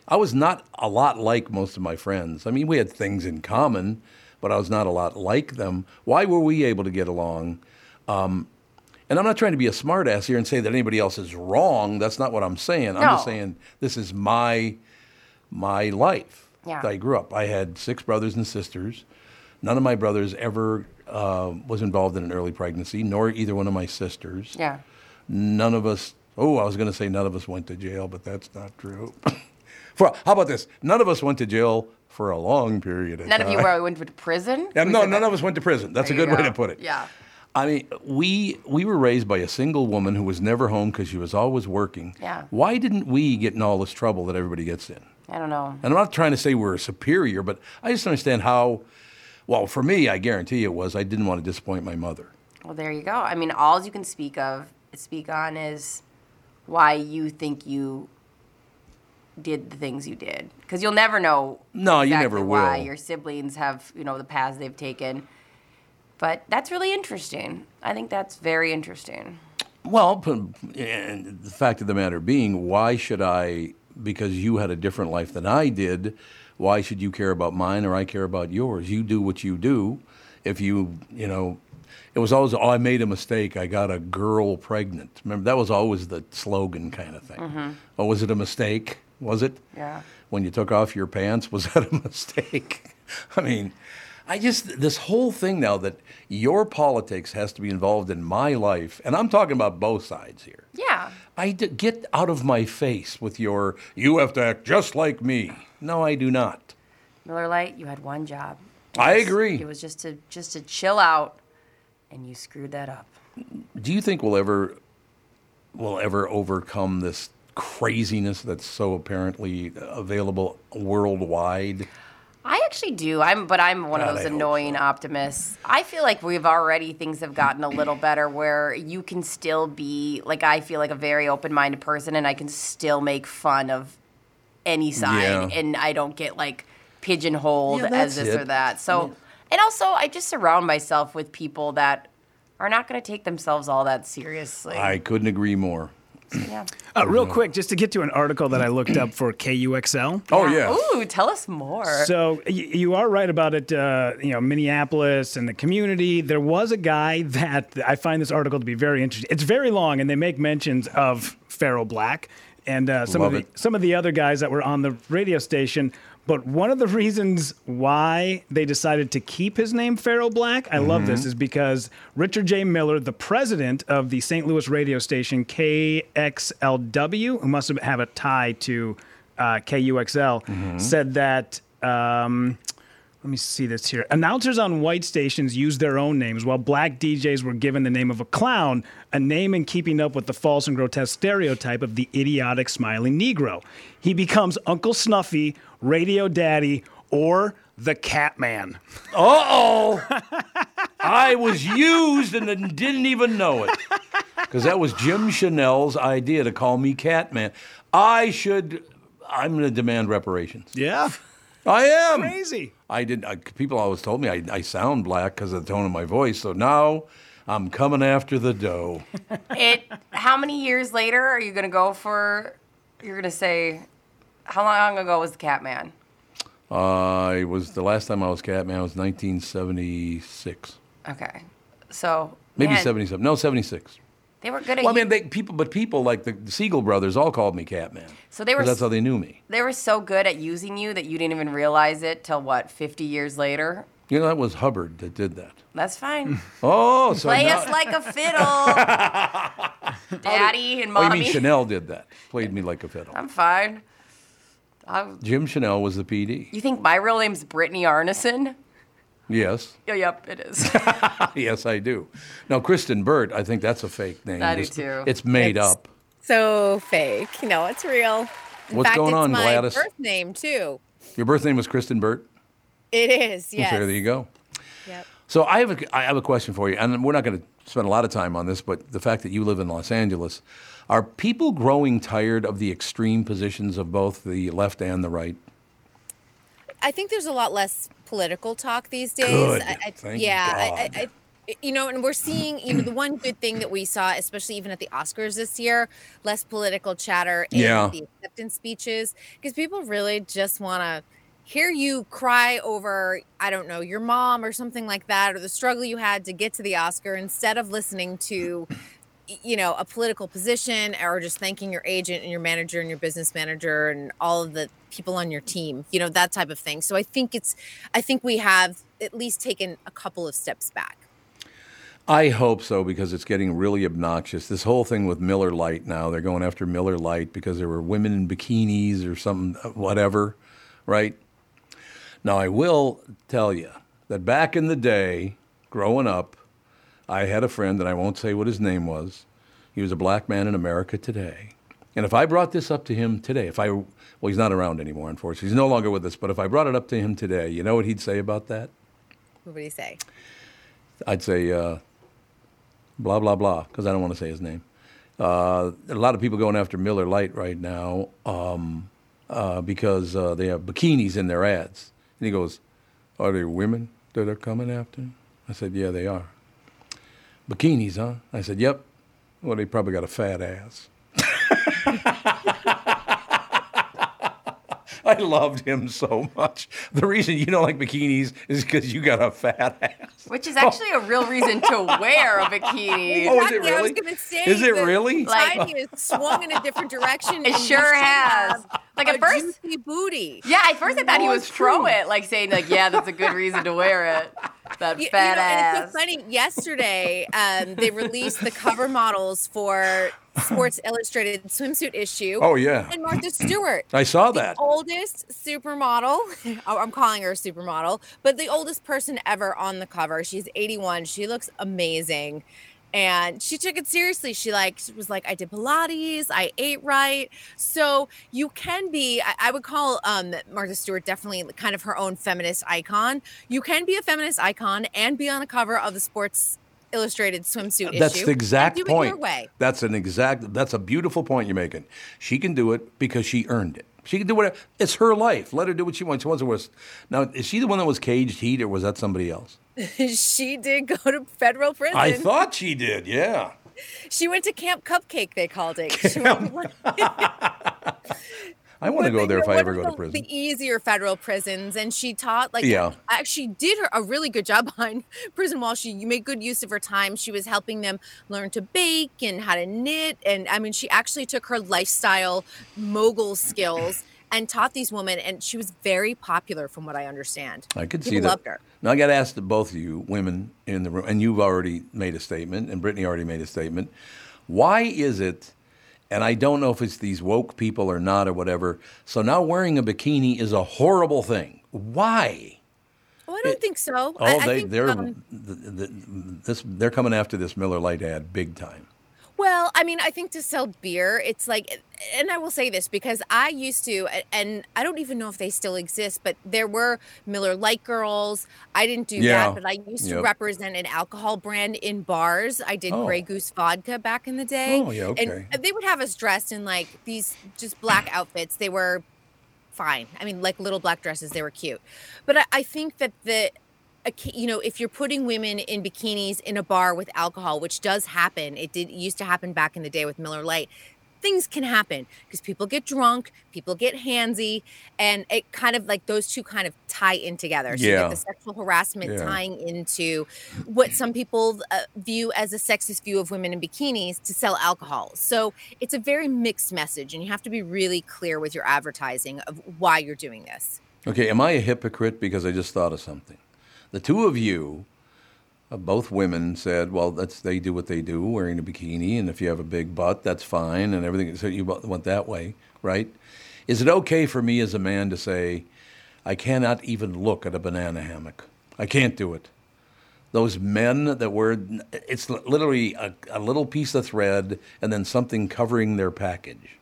B: I was not a lot like most of my friends. I mean, we had things in common, but I was not a lot like them. Why were we able to get along? Um, and I'm not trying to be a smartass here and say that anybody else is wrong. That's not what I'm saying. I'm just
C: No.
B: saying this is my my life.
C: Yeah.
B: I grew up. I had six brothers and sisters. None of my brothers ever uh, was involved in an early pregnancy, nor either one of my sisters.
C: Yeah.
B: None of us. Oh, I was going to say none of us went to jail, but that's not true. For, how about this? None of us went to jail for a long period of
C: None
B: time.
C: of you were, went to prison?
B: Yeah,
C: We
B: no,
C: said
B: none
C: that.
B: of us went to prison. That's a
C: There you
B: good way
C: go.
B: to put it.
C: Yeah.
B: I mean, we we were raised by a single woman who was never home because she was always working.
C: Yeah.
B: Why didn't we get in all this trouble that everybody gets in?
C: I don't know.
B: And I'm not trying to say we're superior, but I just understand how. Well, for me, I guarantee it was I didn't want to disappoint my mother.
C: Well, there you go. I mean, all you can speak of, speak on is why you think you did the things you did, because you'll never know.
B: No, you
C: exactly
B: never
C: why
B: will.
C: your siblings have, you know, the paths they've taken. But that's really interesting. I think that's very interesting.
B: Well, p- and the fact of the matter being, why should I? Because you had a different life than I did, why should you care about mine or I care about yours? You do what you do. If you, you know, it was always, oh, I made a mistake. I got a girl pregnant. Remember, that was always the slogan kind of thing.
H: Mhm.
B: Oh, was it a mistake? Was it?
H: Yeah.
B: When you took off your pants, was that a mistake? I mean, I just, this whole thing now that your politics has to be involved in my life, and I'm talking about both sides here.
C: Yeah.
B: I d- get out of my face with your, you have to act just like me. No, I do not.
C: Miller Lite, you had one job. It
B: I
C: was-
B: agree.
C: It was just to just to chill out, and you screwed that up.
B: Do you think we'll ever, will ever overcome this craziness that's so apparently available worldwide?
C: I actually do. I'm, but I'm one
B: God,
C: of those
B: I hope
C: annoying optimists. I feel like we've already things have gotten a little better, where you can still be like I feel like a very open-minded person, and I can still make fun of any side,
H: Yeah.
C: and I don't get like pigeonholed
H: Yeah,
C: as
H: that's
C: this or
H: it.
C: that. So,
H: I mean-
C: and also, I just surround myself with people that are not going to take themselves all that seriously.
B: I couldn't agree more.
C: yeah.
D: Uh, real
B: Mm-hmm.
D: quick, just to get to an article that I looked up for KUXL.
B: Oh,
C: Ooh, tell us more.
D: So y- you are right about it. Uh, you know, Minneapolis and the community. There was a guy that I find this article to be very interesting. It's very long, and they make mentions of Farrell Black and uh, some
B: Love
D: of
B: it.
D: the, some of the other guys that were on the radio station. But one of the reasons why they decided to keep his name Farrell Black, I love this,
M: Mhm.
B: Mm-hmm.
D: is because Richard J. Miller, the president of the St. Louis radio station KXLW, who must have have a tie to uh, KUXL,
B: Mm-hmm.
D: said that. Um, let me see this here. Announcers on white stations used their own names, while black DJs were given the name of a clown, a name in keeping up with the false and grotesque stereotype of the idiotic smiling Negro. He becomes Uncle Snuffy, Radio Daddy, or the Catman.
B: Uh oh! I was used and then didn't even know it. Because that was Jim Chanel's idea to call me Catman. I should, I'm going to demand reparations.
D: Yeah.
B: I am.
D: Crazy.
B: I did. I, people always told me I, I sound black because of the tone of my voice. So now I'm coming after the dough.
C: it how many years later are you gonna go for you're gonna say how long ago was the catman
B: Uh, it was the last time I was Catman was 1976,
C: okay so
B: maybe
C: man,
B: 77. No, 76.
C: they were good at
B: Well, I mean, they, people, but people like the, the Siegel brothers all called me Catman.
C: So they were
B: 'cause That's how they knew me.
C: they were so good at using you that you didn't even realize it till what 50 years later
B: You know, that was Hubbard that did that.
C: that's fine
B: Oh, so
C: play
B: now,
C: us like a fiddle daddy and
B: oh, you
C: mommy
B: mean Chanel did that? Played me like a fiddle.
C: i'm fine I'm,
B: Jim Chanel was the PD.
C: you think my real name's brittany arneson
B: Yes,
C: yeah, yep it is
B: yes, I do. Now, Kristen Burt, I think that's a fake name.
G: I do
B: It's-
G: too.
B: It's made
G: It's-
B: up.
G: So fake. No, it's real. In
B: What's
G: fact,
B: going
G: it's
B: on,
G: my
B: Gladys?
G: Birth name too.
B: Your birth name was Kristen Burt.
G: It is.
B: Okay,
G: Yes.
B: there you go.
G: Yep.
B: So I have a, I have a question for you, and we're not going to spend a lot of time on this, but the fact that you live in Los Angeles, are people growing tired of the extreme positions of both the left and the right?
N: I think there's a lot less political talk these days.
B: Good.
N: I, I,
B: Thank
N: yeah,
B: God.
N: I, I, I, you know, and we're seeing you know the one good thing that we saw, especially even at the Oscars this year, less political chatter and
O: Yeah.
N: the acceptance speeches because people really just want to hear you cry over I don't know your mom or something like that or the struggle you had to get to the Oscar instead of listening to y- you know a political position or just thanking your agent and your manager and your business manager and all of the people on your team you know that type of thing so i think it's i think we have at least taken a couple of steps back
B: I hope so because it's getting really obnoxious. This whole thing with Miller Lite now, they're going after Miller Lite because there were women in bikinis or something, whatever, uh, right? Now, I will tell you that back in the day, growing up, I had a friend, and I won't say what his name was. He was a black man in America today. And if I brought this up to him today, if I, well, he's not around anymore, unfortunately. He's no longer with us. But if I brought it up to him today, you know what he'd say about that?
N: What would he say?
B: I'd say uh, blah blah blah because I don't want to say his name. Uh, a lot of people going after Miller Lite right now um, uh, because uh, they have bikinis in their ads. And he goes, "Are they women that they're coming after?" I said, "Yeah, they are." Bikinis, huh? I said, "Yep." Well, they probably got a fat ass. I loved him so much. The reason you don't like bikinis is because you got a fat ass.
C: Which is actually a real reason to wear a bikini.
B: Oh, is it
N: I was
B: really?
N: gonna say
B: Is it
N: the
B: really?
N: tiny is swung in a different direction. and
C: It sure
N: you see
C: has.
N: a-
C: Like, at
N: a
C: first-
N: juicy booty.
C: Yeah, at first I thought
B: Oh,
C: he
N: No,
C: was
N: it's true.
C: pro it, like saying like, yeah, that's a good reason to wear it.
N: Y-
C: That
N: you know, and
C: fat ass.
N: it's so funny. Yesterday, um, they released the cover models for Sports Illustrated swimsuit issue.
B: Oh, yeah.
N: and Martha Stewart.
B: I saw
N: the
B: that.
N: oldest supermodel. oh, I'm calling her a supermodel, but the oldest person ever on the cover. She's 81. She looks amazing. And she took it seriously. She like was like, I did Pilates, I ate right. So you can be, I, I would call um, Martha Stewart definitely kind of her own feminist icon. You can be a feminist icon and be on the cover of the Sports Illustrated swimsuit
B: That's
N: issue.
B: the
N: and
B: exact
N: do it your
B: point.
N: way.
B: That's an exact. That's a beautiful point you're making. She can do it because she earned it. She can do whatever. It's her life. Let her do what she wants. She wants to wear. Now, is she the one that was caged heat, or was that somebody else?
N: she did go to federal prison.
B: I thought she did. Yeah.
N: She went to Camp Cupcake, they called it. She went to
B: I want to go there if I ever go to
N: one of
B: prison.
N: the easier federal prisons, and she taught like
B: Yeah.
N: actually did her a really good job behind prison wall. She made good use of her time. She was helping them learn to bake and how to knit, and I mean, she actually took her lifestyle mogul skills and taught these women, and she was very popular, from what I understand.
B: I could
N: People
B: see that.
N: Loved her.
B: Now I got to ask the both of you women in the room, and you've already made a statement, and Brittany already made a statement. Why is it? And I don't know if it's these woke people or not or whatever. So now wearing a bikini is a horrible thing. Why?
N: Oh, I don't think so.
B: Oh,
N: I, I
B: they
N: think,
B: they're
N: um,
B: th th this they're coming after this Miller Lite ad big time.
N: Well, I mean, I think to sell beer, it's like, and I will say this because I used to, a- and I don't even know if they still exist, but there were Miller Lite girls. I didn't do
M: Yeah.
N: that, but I used to
M: Yep.
N: represent an alcohol brand in bars. I did
M: Oh.
N: Grey Goose vodka back in the day.
M: Oh, yeah, okay.
N: And they would have us dressed in like these just black outfits. They were fine. I mean, like little black dresses, they were cute. But I, I think that the, a ki- you know, if you're putting women in bikinis in a bar with alcohol, which does happen, it did it used to happen back in the day with Miller Lite. Things can happen because people get drunk, people get handsy, and it kind of like those two kind of tie in together. So you
M: Yeah.
N: get the sexual harassment
M: Yeah.
N: tying into what some people uh, view as a sexist view of women in bikinis to sell alcohol. So it's a very mixed message, and you have to be really clear with your advertising of why you're doing this.
B: Okay, am I a hypocrite because I just thought of something? The two of you, uh, both women, said, "Well, that's they do what they do, wearing a bikini, and if you have a big butt, that's fine, and everything." So you bo- went that way, right? Is it okay for me as a man to say, "I cannot even look at a banana hammock. I can't do it." Those men that wear it's li- literally a, a little piece of thread and then something covering their package.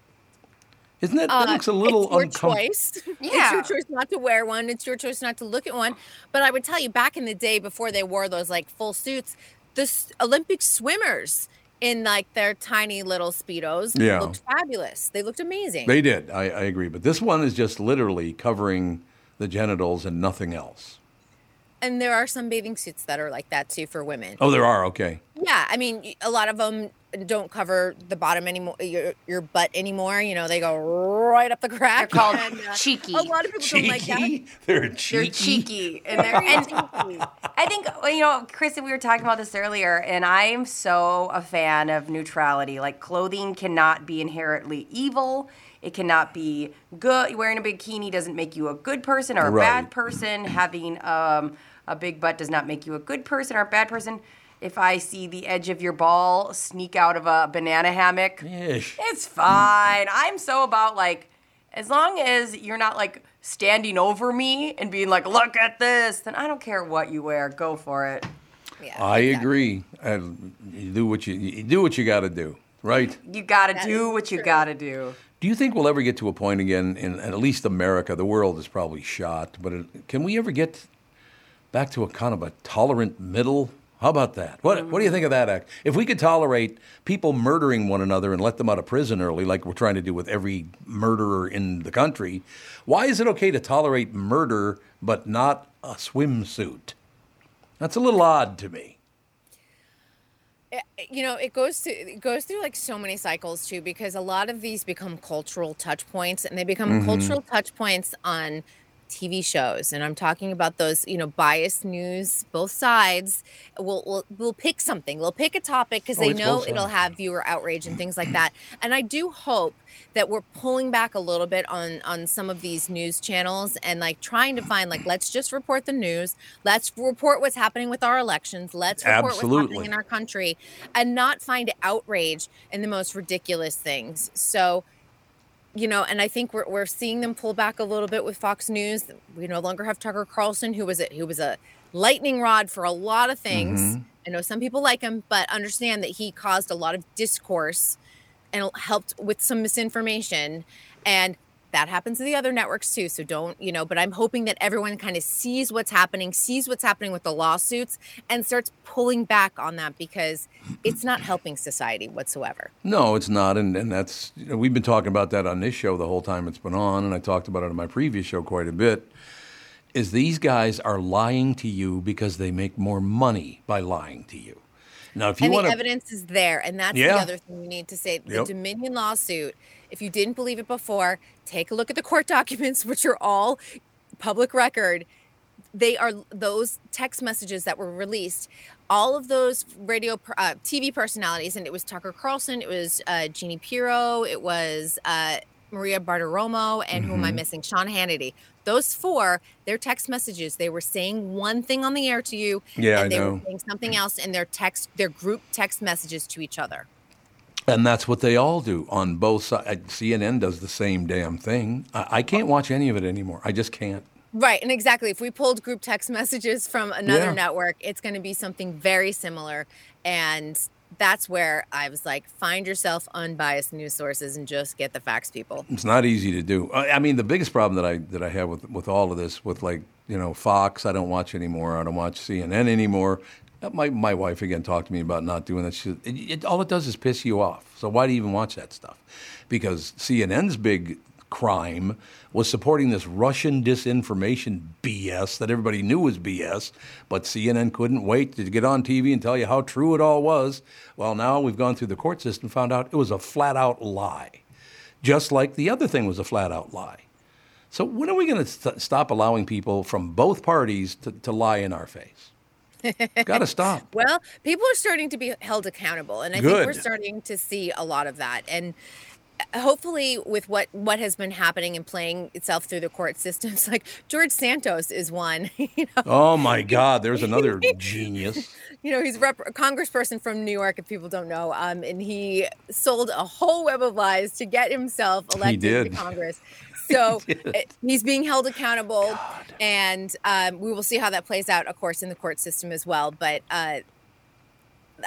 B: Isn't it? that
N: Uh,
B: looks a little
N: it's your
B: uncomfortable.
N: choice. It's your choice not to wear one. It's your choice not to look at one. But I would tell you, back in the day, before they wore those like full suits, the s- Olympic swimmers in like their tiny little speedos
B: Yeah.
N: looked fabulous. They looked amazing.
B: They did. I, I agree. But this one is just literally covering the genitals and nothing else.
N: And there are some bathing suits that are like that too for women.
B: Oh, there are. Okay.
N: Yeah, I mean, y- a lot of them don't cover the bottom anymore, uh, your, your butt anymore. You know, they go right up the crack. They're
C: called cheeky.
N: A lot of people don't like that.
B: They're
C: They're cheeky. And, they're, and I think, well, you know, Chris, we were talking about this earlier, and I am so a fan of neutrality. Like, clothing cannot be inherently evil. It cannot be good. Wearing a bikini doesn't make you a good person or a
M: Right.
C: bad person. Having um, a big butt does not make you a good person or a bad person. If I see the edge of your ball sneak out of a banana hammock,
B: Ish.
C: it's fine. I'm so about like, as long as you're not like standing over me and being like, look at this, then I don't care what you wear. Go for it.
B: I agree. And you do what you, you do what you got to do, right?
C: You got to do what you got to do.
B: Do you think we'll ever get to a point again in, in at least America? The world is probably shot, but it, can we ever get back to a kind of a tolerant middle? How about that? What What do you think of that act? If we could tolerate people murdering one another and let them out of prison early, like we're trying to do with every murderer in the country, why is it okay to tolerate murder but not a swimsuit? That's a little odd to me.
N: Uh, you know it goes through it goes through like so many cycles too because a lot of these become cultural touch points and they become
M: Mhm.
N: cultural touch points on TV shows and I'm talking about those you know biased news both sides will will will pick something they'll pick a topic because they
M: Always
N: know
M: both
N: it'll
M: sides.
N: have viewer outrage and things like that and I do hope that we're pulling back a little bit on on some of these news channels and like trying to find like let's just report the news let's report what's happening with our elections let's report what's happening
M: Absolutely.
N: in our country and not find outrage in the most ridiculous things. So, you know, and I think we're, we're seeing them pull back a little bit with Fox News. We no longer have Tucker Carlson, who was a, who was a lightning rod for a lot of things.
A: Mm-hmm.
M: Mhm.
N: I know some people like him, but understand that he caused a lot of discourse and helped with some misinformation and that happens to the other networks too so don't you know but i'm hoping that everyone kind of sees what's happening sees what's happening with the lawsuits and starts pulling back on that because it's not helping society whatsoever
B: No, it's not, and and that's you know, we've been talking about that on this show the whole time it's been on, and I talked about it on my previous show quite a bit. Is these guys are lying to you because they make more money by lying to you? Now, if you
N: and
B: want
N: the
B: to,
N: evidence is there and that's
B: Yeah.
N: the other thing we need to say the
B: Yep.
N: dominion lawsuit if you didn't believe it before take a look at the court documents which are all public record they are those text messages that were released all of those radio per- uh, tv personalities and it was tucker carlson it was uh, jeannie pirro it was uh, maria bartiromo and who am i
B: Mm-hmm.
M: Mhm.
N: missing sean hannity those four their text messages they were saying one thing on the air to you
B: Yeah, I
N: and they were
B: know.
N: saying something else in their text their group text messages to each other
B: and that's what they all do on both uh, sides. CNN does the same damn thing. I, I can't watch any of it anymore. I just can't.
N: Right, and exactly. If we pulled group text messages from another
B: Yeah.
N: network, it's going to be something very similar. And that's where I was like, find yourself unbiased news sources and just get the facts, people.
B: It's not easy to do. I, I mean, the biggest problem that I that I have with with all of this, with like you know Fox, I don't watch anymore. I don't watch CNN anymore. Uh, My my wife again talked to me about not doing that. She, it, it, all it does is piss you off. So why do you even watch that stuff? Because CNN's big crime was supporting this Russian disinformation BS that everybody knew was BS, but CNN couldn't wait to get on TV and tell you how true it all was. Well, now we've gone through the court system, found out it was a flat out lie just like the other thing was a flat out lie. So when are we going to st- stop allowing people from both parties to, to lie in our face? Gotta stop.
N: Well, people are starting to be held accountable, and I think we're
B: Good.
N: starting to see a lot of that. And uh, hopefully, with what what has been happening and playing itself through the court systems, like George Santos is one. You know,
B: Oh my God, there's another genius.
N: you know, he's rep- a congressperson from New York, if people don't know. Um, and he sold a whole web of lies to get himself elected
M: did.
N: to Congress. So
M: He did.
N: it- he's being held accountable, and um, we will see how that plays out, of course, in the court system as well. But uh,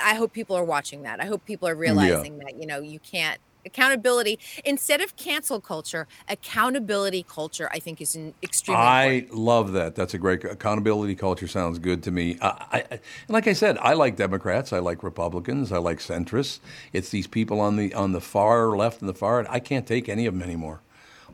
N: I hope people are watching that. I hope people are realizing that you know you can't accountability instead of cancel culture. Accountability culture, I think, is an extremely
B: I love that. That's a great accountability culture. Sounds good to me. I, I, I- like I said, I like Democrats. I like Republicans. I like centrists. It's these people on the on the far left and the far. I can't take any of them anymore.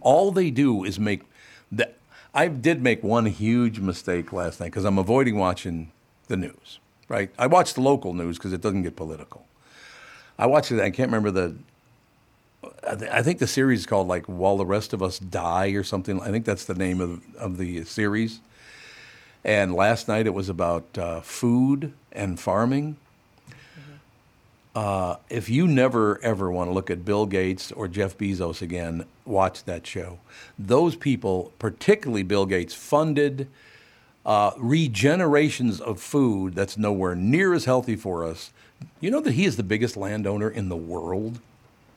B: All they do is make. The, I did make one huge mistake last night because I'm avoiding watching the news. Right, I watch the local news because it doesn't get political. I watched it. I can't remember the I, th- Uh, I think the series is called like "While the Rest of Us Die" or something. I think that's the name of of the series. And last night it was about uh, food and farming. Uh, if you never ever want to look at Bill Gates or Jeff Bezos again, watch that show. Those people, particularly Bill Gates, funded uh, regenerations of food that's nowhere near as healthy for us. You know that he is the biggest landowner in the world.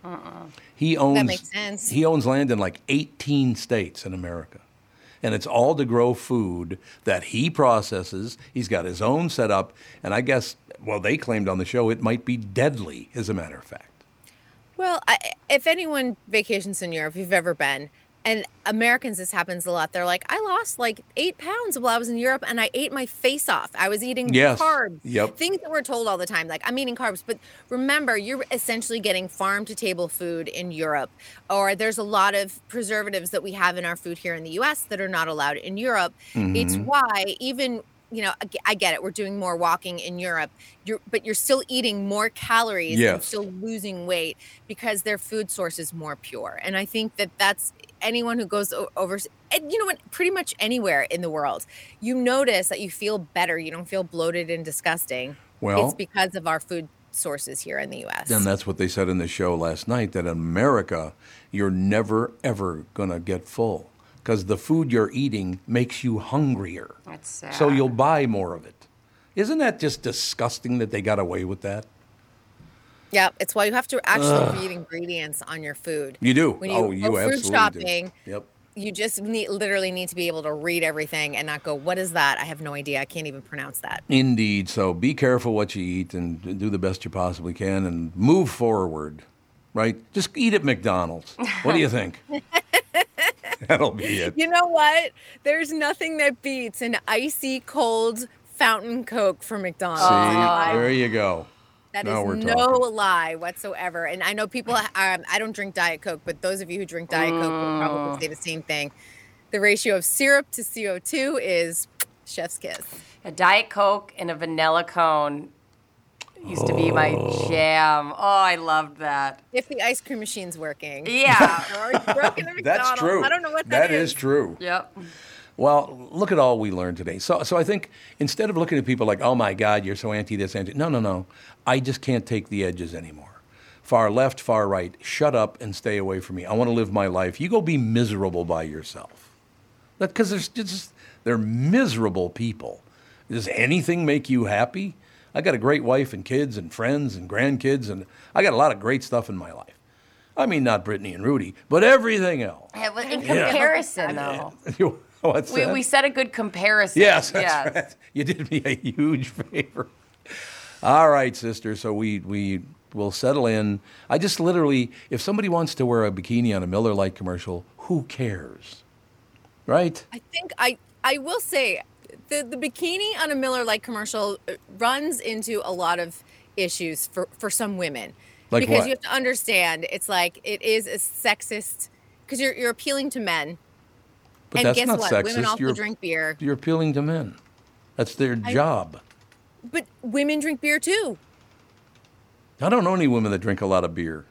N: important.
B: He owns
N: Uh-uh. makes sense.
B: he owns land in like 18 states in America. and it's all to grow food that he processes. He's got his own setup, and I guess, well, they claimed on the show it might be deadly, as a matter of fact.
N: Well, I, if anyone vacations in Europe, if you've ever been, and Americans, this happens a lot. They're like, I lost like eight pounds while I was in Europe, and I ate my face off. I was eating
B: Yes.
N: carbs.
B: Yep.
N: Things that we're told all the time, like I'm eating carbs. But remember, you're essentially getting farm to table food in Europe, or there's a lot of preservatives that we have in our food here in the U.S. that are not allowed in Europe. It's
B: Mm-hmm.
M: Mhm.
N: why even you know I g- I get it. We're doing more walking in Europe, you're, but you're still eating more calories and
M: Yes.
N: still losing weight because their food source is more pure. And I think that that's anyone who goes o- over, and you know what, pretty much anywhere in the world, you notice that you feel better. You don't feel bloated and disgusting.
B: Well-
N: it's because of our food sources here in the US.
B: And that's what they said in the show last night that in America, you're never, ever going to get full because the food you're eating makes you hungrier.
C: That's sad.
B: So you'll buy more of it. Isn't that just disgusting that they got away with that?
N: Yeah, it's why you have to actually
B: Ugh.
N: read ingredients on your food.
B: You do.
N: When
B: oh, you
N: go
B: absolutely
N: food shopping,
B: do. Yep.
N: you just need, literally need to be able to read everything and not go, what is that? I have no idea. I can't even pronounce that.
B: Indeed. So be careful what you eat and do the best you possibly can and move forward, right? Just eat at McDonald's. What do you think? That'll be it.
N: You know what? There's nothing that beats an icy cold fountain Coke from McDonald's.
B: See,
N: I-
B: there you go.
N: that
B: now we're
N: is no
B: talking.
N: lie whatsoever. And I know people, um, I don't drink Diet Coke, but those of you who drink Diet Coke will probably say the same thing. The ratio of syrup to CO2 is chef's kiss.
C: A Diet Coke and a vanilla cone used to be my jam. Oh, I loved that.
N: If the ice cream machine's working.
C: Yeah.
N: Or it's broken at
B: That's
N: McDonald's.
B: true.
N: I don't know what
B: That is true.
C: Yep.
B: Well, look at all we learned today. So, so I think instead of looking at people like, oh my God, you're so anti this, anti, no, no, no. I just can't take the edges anymore. Far left, far right, shut up and stay away from me. I want to live my life. You go be miserable by yourself. Because there's just, they're miserable people. Does anything make you happy? I got a great wife and kids and friends and grandkids, and I got a lot of great stuff in my life. I mean, not Brittany and Rudy, but everything else.
C: Yeah, well, in
B: Yeah.
C: comparison, though,
B: What's
C: we,
B: that?
C: we set a good comparison.
B: Yes, that's
C: yes.
B: right. You did me a huge favor. All right, sister. So we we will settle in. I just literally, if somebody wants to wear a bikini on a Miller Lite commercial, who cares, right?
N: I think I I will say the the bikini on a Miller Lite commercial uh, runs into a lot of issues for for some women
M: Like
N: because
M: what?
N: you have to understand it's like it is a sexist because you're you're appealing to men.
B: But
N: and
B: that's
N: guess
B: not
N: what?
B: sexist.
N: Women also
B: you're,
N: drink beer,
B: You're appealing to men. That's their
N: I-
B: job.
N: but women drink beer too.
B: I don't know any women that drink a lot of beer.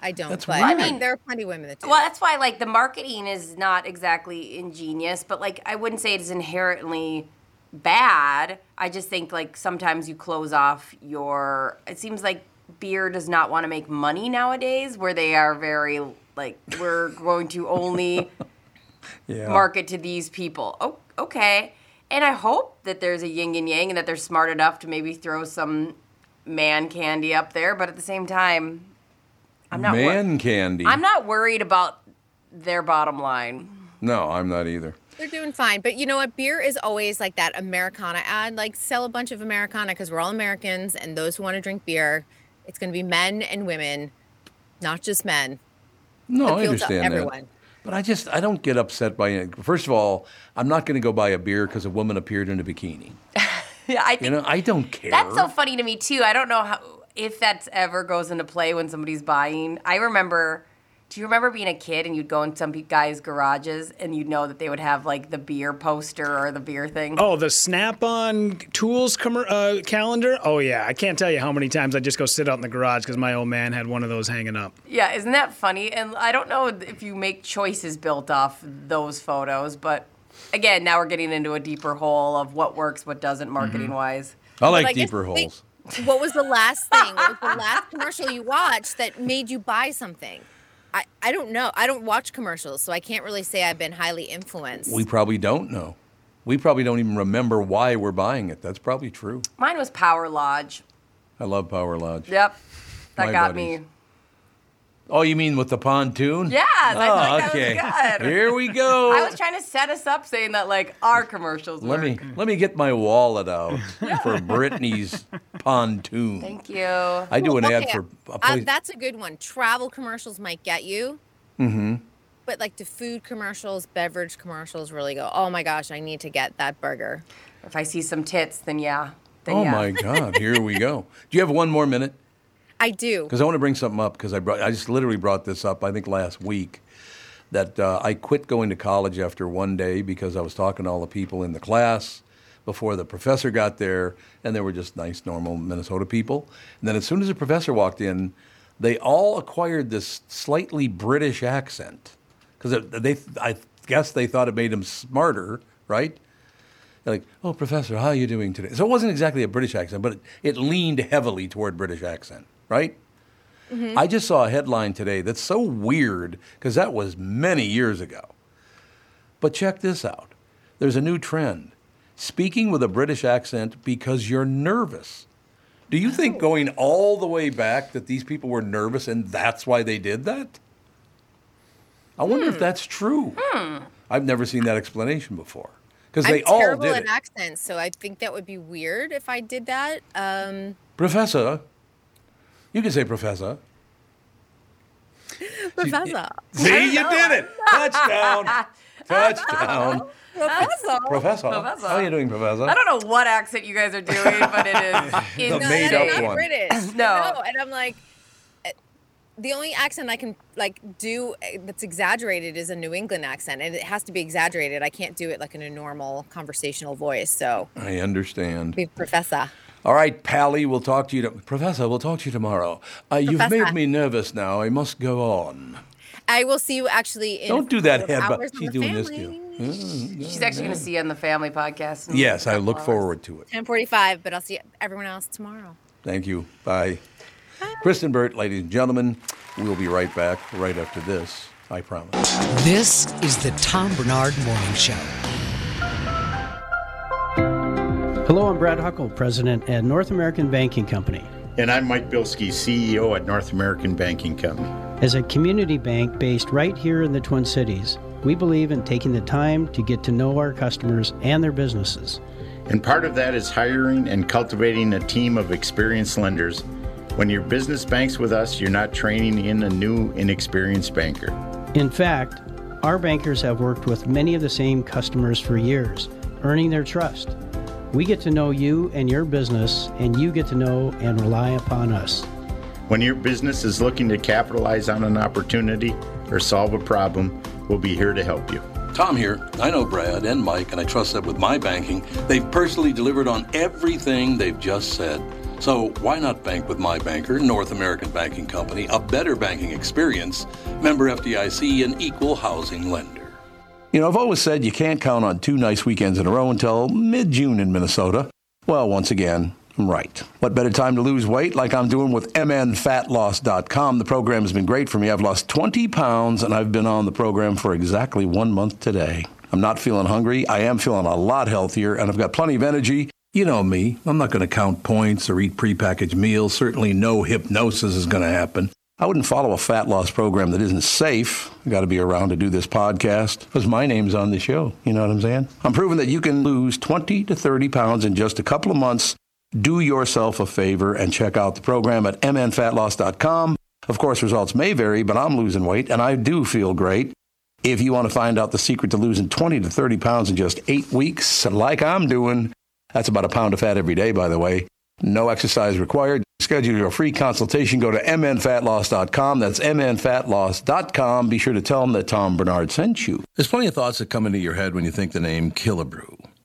N: I don't.
B: That's
N: but I
B: weird.
N: mean, there are plenty of women that do.
C: Well, that's why like the marketing is not exactly ingenious, but like I wouldn't say it is inherently bad. I just think like sometimes you close off your it seems like beer does not want to make money nowadays where they are very like we're going to only
B: Yeah.
C: market to these people. Oh, okay. And I hope that there's a yin and yang and that they're smart enough to maybe throw some man candy up there, but at the same time, I'm not wor-
B: Man candy.
C: I'm not worried about their bottom line.
B: No, I'm not either.
N: They're doing fine, but you know what? Beer is always like that Americana ad. Like sell a bunch of Americana because we're all Americans, and those who want to drink beer, it's going to be men and women, not just men.
B: No, I
N: Appeal to
B: understand
N: everyone.
B: that. But I just I don't get upset by it. First of all, I'm not going to go buy a beer because a woman appeared in a bikini.
C: Yeah, I
B: You
C: think
B: know, I don't care.
C: that's so funny to me too. I don't know how if that's ever goes into play when somebody's buying. I remember. Do you remember being a kid and you'd go in some pe- guys' garages and you'd know that they would have like the beer poster or the beer thing?
D: Oh, the Snap-on tools commer uh, calendar. Oh yeah, I can't tell you how many times I just go sit out in the garage because my old man had one of those hanging up.
C: Yeah, isn't that funny? And I don't know if you make choices built off those photos, but again, now we're getting into a deeper hole of what works, what doesn't, marketing wise.
B: Mm-hmm. I like deeper
N: wait.
B: holes.
N: What was the last thing? What was the last commercial you watched that made you buy something? I, I don't know. I don't watch commercials, so I can't really say I've been highly influenced.
B: We probably don't know. We probably don't even remember why we're buying it. That's probably true.
C: Mine was Power Lodge.
B: I love Power Lodge.
C: Yep, that
B: My
C: got
B: buddies.
C: me.
B: Oh, you mean with the pontoon?
C: Yes, I feel like
B: Oh,
C: that was
B: okay.
C: good.
B: Here we go.
C: I was trying to set us up saying that like our commercials
B: Let
C: were.
B: me let me get my wallet out for Brittany's pontoon.
C: Thank you. I
B: I do an ad
N: Okay,
B: for a
N: uh,
B: place.
N: that's a good one. Travel commercials might get you,
B: mm-hmm.
N: but like to food commercials, beverage commercials really go. Oh my gosh, I need to get that burger.
C: If I see some tits, then yeah.
B: Oh my God! Here we go. Do you have one more minute?
N: I do.
B: Because I want to bring something up because I brought I just literally brought this up I think last week that uh, I quit going to college after one day because I was talking to all the people in the class before the professor got there and they were just nice normal Minnesota people and then as soon as the professor walked in they all acquired this slightly British accent because they I guess they thought it made them smarter right They're like oh professor how are you doing today so it wasn't exactly a British accent but it, it leaned heavily toward British accent right I just saw a headline today that's so weird because that was many years ago. But check this out there's a new trend speaking with a British accent because you're nervous. Do you
N: Oh.
B: think going all the way back that these people were nervous and that's why they did that? I wonder if that's true.
N: Hmm.
B: I've never seen that explanation before because
N: I'm
B: they all
N: terrible
B: did
N: at
B: it.
N: accents, so I think that would be weird if I did that. Um,
B: Professor, you can say professor.
N: Professor.
B: See, you did it. Touchdown. Touchdown.
C: Professor.
B: Professor. How are you doing, Professor?
C: I don't know what accent you guys are doing, but it is
B: The
C: insane.
B: made-up Not one.
N: British.
C: No.
N: and I'm like, uh, the only accent I can like do uh, that's exaggerated is a New England accent, and it has to be exaggerated. I can't do it like in a normal conversational voice. So,
B: I understand.
N: be professor.
B: All right, Pally, we'll talk to you. To- Professor, we'll talk to you tomorrow. Uh, you've
N: Professor.
B: made me nervous now. I must go on.
N: I will see you actually. In a
B: Don't do that
N: couple of hours
B: headbutt.
N: on
B: She's
N: the
B: doing
N: family.
B: this to you. Mm,
C: She's
B: yeah,
C: actually going
B: yeah.
C: to see you on the family podcast. in
B: Yes,
C: a
B: I
C: couple
B: look
C: hours.
B: forward to it.
N: 10:45, but I'll see everyone else tomorrow.
B: Thank you. Bye. Kristen Burt, ladies and gentlemen, we'll be right back right after this. I promise.
A: This is the Tom Bernard Morning Show.
M: Hello, I'm Brad Huckle, president at North American Banking Company.
O: And I'm Mike Bilski, CEO at North American Banking Company.
M: As a community bank based right here in the Twin Cities, we believe in taking the time to get to know our customers and their businesses.
O: And part of that is hiring and cultivating a team of experienced lenders. When your business banks with us, you're not training in a new, inexperienced banker.
M: In fact, our bankers have worked with many of the same customers for years, earning their trust. We get to know you and your business, and you get to know and rely upon us.
O: When your business is looking to capitalize on an opportunity or solve a problem, we'll be here to help you.
B: Tom here. I know Brad and Mike, and I trust that with my banking, they've personally delivered on everything they've just said. So why not bank with my banker, North American Banking Company, a better banking experience, member FDIC, and equal housing lender? You know, I've always said you can't count on two nice weekends in a row until mid June in Minnesota. Well, once again, I'm right. What better time to lose weight like I'm doing with MNFatLoss.com? The program has been great for me. I've lost 20 pounds and I've been on the program for exactly one month today. I'm not feeling hungry. I am feeling a lot healthier and I've got plenty of energy. You know me, I'm not going to count points or eat prepackaged meals. Certainly, no hypnosis is going to happen. I wouldn't follow a fat loss program that isn't safe. I got to be around to do this podcast because my name's on the show. You know what I'm saying? I'm proving that you can lose 20 to 30 pounds in just a couple of months. Do yourself a favor and check out the program at mnfatloss.com. Of course, results may vary, but I'm losing weight and I do feel great. If you want to find out the secret to losing 20 to 30 pounds in just eight weeks, like I'm doing, that's about a pound of fat every day, by the way. No exercise required. Schedule your free consultation. Go to mnfatloss.com. That's mnfatloss.com. Be sure to tell them that Tom Bernard sent you. There's plenty of thoughts that come into your head when you think the name Killebrew.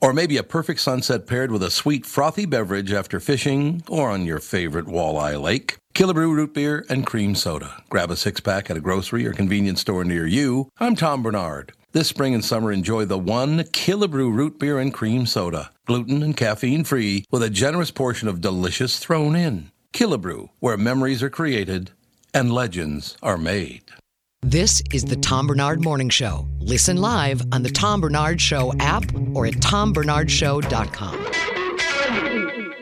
B: Or maybe a perfect sunset paired with a sweet, frothy beverage after fishing or on your favorite walleye lake. Killabrew root beer and cream soda. Grab a six pack at a grocery or convenience store near you. I'm Tom Bernard. This spring and summer, enjoy the one Killabrew root beer and cream soda, gluten and caffeine free, with a generous portion of delicious thrown in. Killabrew, where memories are created and legends are made.
A: This is the Tom Bernard Morning Show. Listen live on the Tom Bernard Show app or at tombernardshow.com.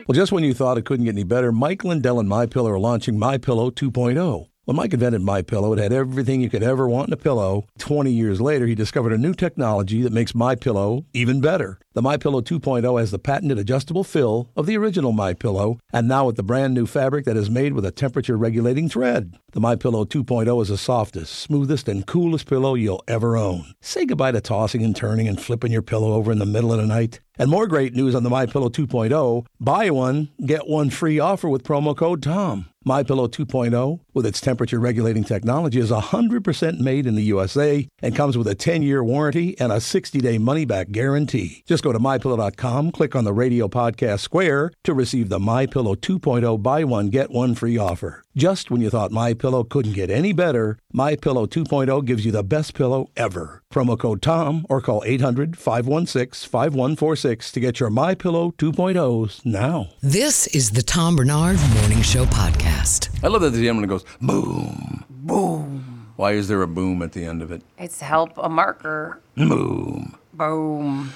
B: Well, just when you thought it couldn't get any better, Mike Lindell and MyPillow are launching MyPillow 2.0. When Mike invented MyPillow, it had everything you could ever want in a pillow. 20 years later, he discovered a new technology that makes MyPillow even better. The MyPillow 2.0 has the patented adjustable fill of the original MyPillow, and now with the brand new fabric that is made with a temperature regulating thread. The MyPillow 2.0 is the softest, smoothest, and coolest pillow you'll ever own. Say goodbye to tossing and turning and flipping your pillow over in the middle of the night. And more great news on the MyPillow 2.0. Buy one, get one free offer with promo code TOM. MyPillow 2.0, with its temperature regulating technology, is 100% made in the USA and comes with a 10 year warranty and a 60 day money back guarantee. Just go to mypillow.com, click on the radio podcast square to receive the MyPillow 2.0 buy one, get one free offer. Just when you thought MyPillow couldn't get any better, MyPillow 2.0 gives you the best pillow ever. Promo code TOM or call 800 516 5146 to get your MyPillow 2.0s now.
A: This is the Tom Bernard Morning Show podcast.
B: I love that the end when it goes boom, boom. Why is there a boom at the end of it?
C: It's help a marker.
B: Boom.
C: Boom.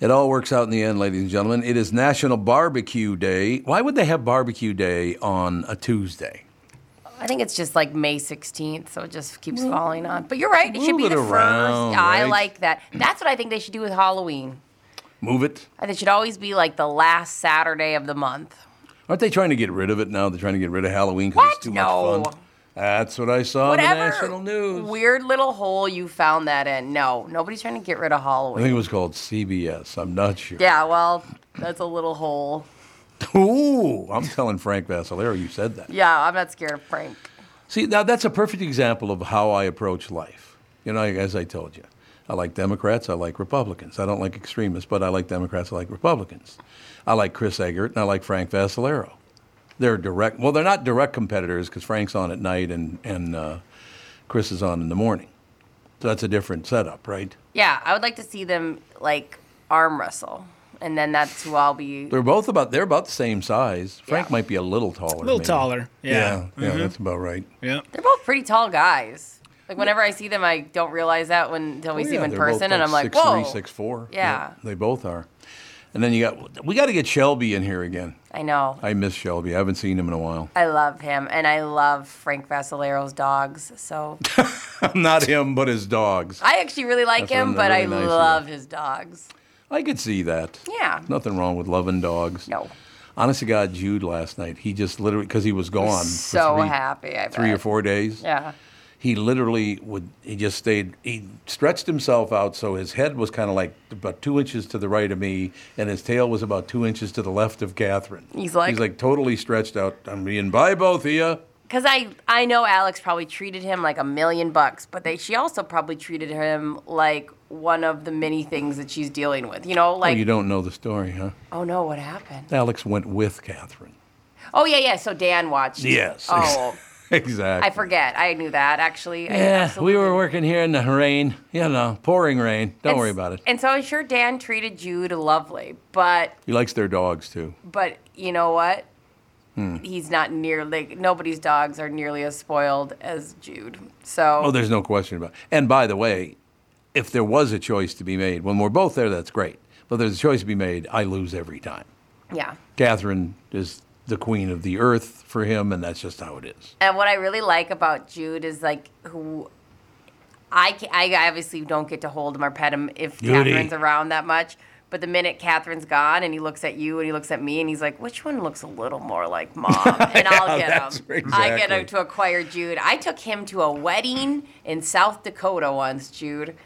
B: It all works out in the end, ladies and gentlemen. It is National Barbecue Day. Why would they have Barbecue Day on a Tuesday?
C: I think it's just like May 16th, so it just keeps falling on. But you're right; it should be
B: Move it
C: the
B: around,
C: first. I
B: right?
C: like that. That's what I think they should do with Halloween.
B: Move it.
C: I think it should always be like the last Saturday of the month.
B: Aren't they trying to get rid of it now? They're trying to get rid of Halloween because it's too
C: No.
B: much fun. That's what I saw. in the
C: Whatever
B: national- news.
C: weird little hole you found that in. No, nobody's trying to get rid of
B: I think
C: Halloween.
B: it was called CBS. I'm not sure.
C: Yeah, well, that's a little hole.
B: Ooh, I'm telling Frank Vassalero you said that.
C: Yeah, I'm not scared of Frank.
B: See, now that's a perfect example of how I approach life. You know, as I told you, I like Democrats, I like Republicans. I don't like extremists, but I like Democrats, I like Republicans. I like Chris Eggert, and I like Frank Vassalero. They're direct, well, they're not direct competitors because Frank's on at night and, and uh, Chris is on in the morning. So that's a different setup, right?
C: Yeah, I would like to see them like arm wrestle, and then that's who I'll be.
B: They're both about, they're about the same size. Frank might be a little taller. A
C: little taller, yeah.
B: Yeah, yeah
C: Mhm.
B: that's about right.
D: Yeah.
C: They're both pretty tall guys. Like whenever I see them, I don't realize that when until we
B: Oh,
C: see
B: yeah,
C: them in
B: they're both
C: person, and I'm like,
B: six,
C: whoa,
B: three, six, four.
C: Yeah.
B: they both are. And then you got we got to get Shelby in here again.
C: I know.
B: I miss Shelby. I haven't seen him in a while.
C: I love him, and I love Frank Vassalero's dogs. So
B: Not him, but his dogs.
C: I actually really like
B: That's really-
C: him, but
B: really
C: I
B: nice of
C: love his dogs.
B: I could see that.
C: Yeah.
B: Nothing wrong with loving dogs.
C: No.
B: Honest to God, Jude last night, he just literally because he was gone. for
C: so
B: three-
C: happy, I
B: Three or
C: bet.
B: four days.
C: Yeah.
B: He literally would. He just stayed. He stretched himself out so his head was kind of like about two inches to the right of me, and his tail was about two inches to the left of Catherine.
C: He's like-
B: he's like totally stretched out. I'm being bye both of you.
C: Because I, I know Alex probably treated him like a million bucks, but they, she also probably treated him like one of the many things that she's dealing with. You know,
B: oh,
C: like,
B: you don't know the story, huh?
C: oh no, what happened?
B: Alex went with Catherine.
C: Oh, yeah, yeah. So Dan watched.
B: Yes.
C: Oh,
B: exactly.
C: I forget. I knew that, actually. I
B: yeah,
C: absolutely-
B: we were working here in the rain. You know, pouring rain. Don't
C: And
B: worry
C: s-
B: about it.
C: And so I'm sure Dan treated Jude lovely, but,
B: He likes their dogs too.
C: but you know what?
B: Hmm.
C: He's not nearly, nobody's dogs are nearly as spoiled as Jude. So.
B: Oh, there's no question about. It. And by the way, if there was a choice to be made, when we're both there, that's great. But if there's a choice to be made. I lose every time.
C: Yeah.
B: Catherine is the queen of the earth for him, and that's just how it is.
C: And what I really like about Jude is like who I ca I obviously don't get to hold him or pet him if
B: Judy.
C: Catherine's around that much. But the minute Catherine's gone and he looks at you and he looks at me and he's like, which one looks a little more like mom? And I'll get him. I get him to acquire Jude. I took him to a wedding in South Dakota once, Jude.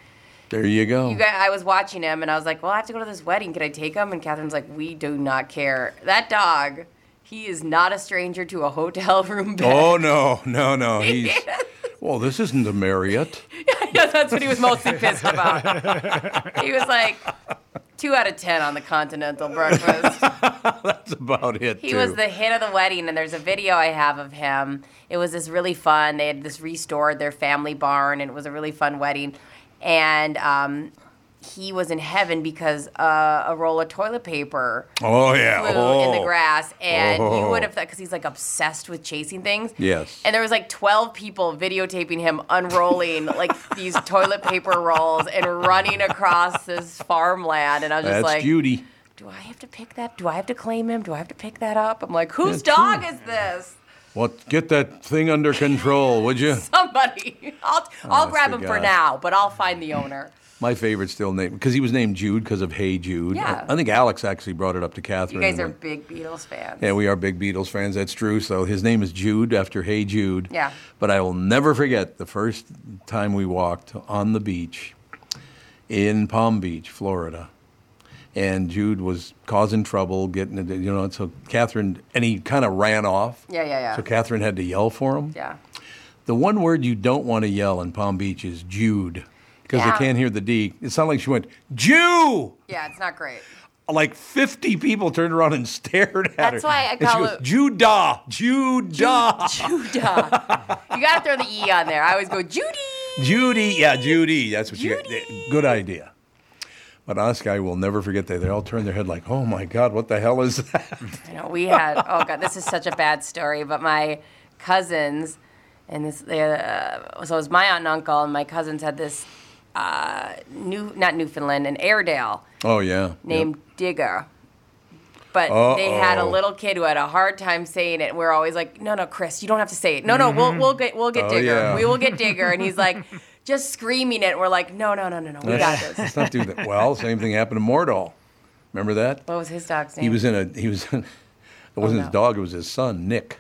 B: There you go.
C: You guys, I was watching him and I was like, well, I have to go to this wedding. Can I take him? And Catherine's like, we do not care. That dog, he is not a stranger to a hotel room bed.
B: oh no, no, no. He's well. This isn't a Marriott.
C: yeah, that's what he was mostly pissed about. he was like, two out of ten on the continental breakfast.
B: That's about it.
C: He
B: too.
C: was the hit of the wedding, and there's a video I have of him. It was this really fun. They had this restored their family barn, and it was a really fun wedding. And um, he was in heaven because uh, a roll of toilet paper
B: Oh, yeah.
C: flew in
B: Oh.
C: the grass, and you
B: Oh.
C: would have thought because he's like obsessed with chasing things.
B: Yes.
C: And there was like 12 people videotaping him unrolling like these toilet paper rolls and running across this farmland, and I was
B: That's
C: just like,
B: Judy.
C: do I have to pick that? Do I have to claim him? Do I have to pick that up? I'm like, whose
B: Yeah,
C: dog is this?
B: Well, get that thing under control, would you?
C: Somebody. I'll,
B: Oh,
C: I'll grab
B: good
C: him for
B: God.
C: now, but I'll find the owner.
B: My favorite still name because he was named Jude because of Hey Jude.
C: Yeah.
B: I think Alex actually brought it up to Catherine.
C: You guys are
B: and-
C: big Beatles fans.
B: Yeah, we are big Beatles fans. That's true. So his name is Jude after Hey Jude.
C: Yeah.
B: But I will never forget the first time we walked on the beach in Palm Beach, Florida. And Jude was causing trouble, getting it, you know, and so Catherine, and he kind of ran off.
C: Yeah, yeah, yeah.
B: So Catherine had to yell for him.
C: Yeah.
B: The one word you don't want to yell in Palm Beach is Jude because
C: Yeah.
B: they can't hear the D. It sounded like she went, Jew!
C: Yeah, it's not great.
B: Like 50 people turned around and stared at her.
C: That's why I
B: And she
C: call
B: goes,
C: it-
B: Judah! Judah!
C: You got to throw the E on there. I always go, Judy.
B: Judy, yeah, Judy. That's what you got. Good idea. But honestly, I will never forget that. They all turned their head like, oh my God, what the hell is that?
C: You know, we had, oh God, this is such a bad story, but my cousins, and this, they, uh, so it was my aunt and uncle, and my cousins had this uh, new, not Newfoundland, an Airedale.
B: Oh, yeah.
C: named Digger. But they had a
B: Uh-oh.
C: little kid who had a hard time saying it. We're always like, "No, no, Chris, you don't have to say it. No, no, we'll we'll get we'll get
B: Oh,
C: Digger.
B: yeah.
C: We will get Digger." And he's like, just screaming it. We're like, "No, no, no, no, no, we got
B: Let's-
C: this."
B: Let's not do that. Well, same thing happened to Mordall. Remember that?
C: What was his dog's name?
B: He was in a, he was in, it wasn't his dog, it was his son, Nick.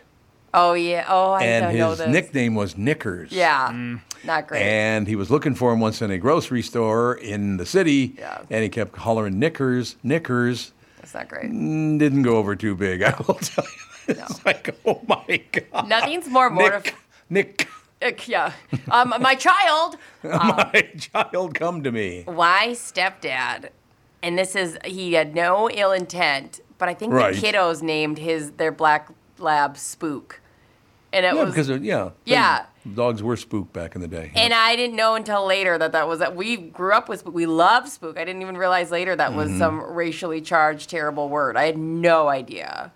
C: Oh yeah. Oh, I
B: and
C: don't
B: his
C: know this.
B: nickname was Knickers.
C: yeah, not great.
B: And he was looking for him once in a grocery store in the city. And he kept hollering Knickers, Knickers. Mm,
C: That's not great.
B: Didn't go over too big, I will tell you.
C: Nothing's more mortifying.
B: oh Nick,
C: yeah. Um, my child.
B: my child, come to me.
C: why stepdad and this is he had no ill intent but i think
B: Right.
C: the kiddos named his their black lab spook and it
B: yeah,
C: was
B: because of, yeah,
C: Yeah.
B: dogs were spooked back in the day.
C: and i didn't know until later that that was that we grew up with spook we loved spook i didn't even realize later that was
B: Mhm.
C: some racially charged terrible word i had no idea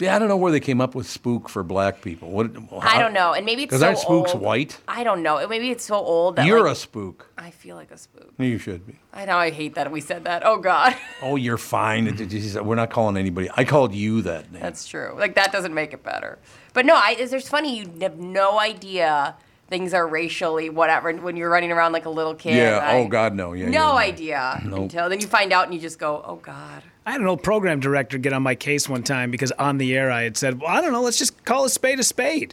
B: yeah, I don't know where they came up with spook for black people. What?
C: i don't know and maybe it's
B: Because
C: so
B: aren't spooks
C: old.
B: white?
C: i don't know It- maybe it's so old that
B: You're
C: like,
B: a spook.
C: I feel like a spook
B: You should be.
C: i know i hate that we said that oh god
B: Oh, you're fine. It- it- it's- We're not calling anybody. I called you that name.
C: That's true. Like that doesn't make it better. But no, I, it's just funny. You have no idea things are racially whatever when you're running around like a little kid.
B: yeah.
C: I-
B: oh God, no. Yeah.
C: no
B: yeah.
C: idea
D: Nope.
C: until then you find out and you just go, oh God.
D: I had an old program director get on my case one time because on the air I had said, "Well, I don't know, let's just call a spade a spade."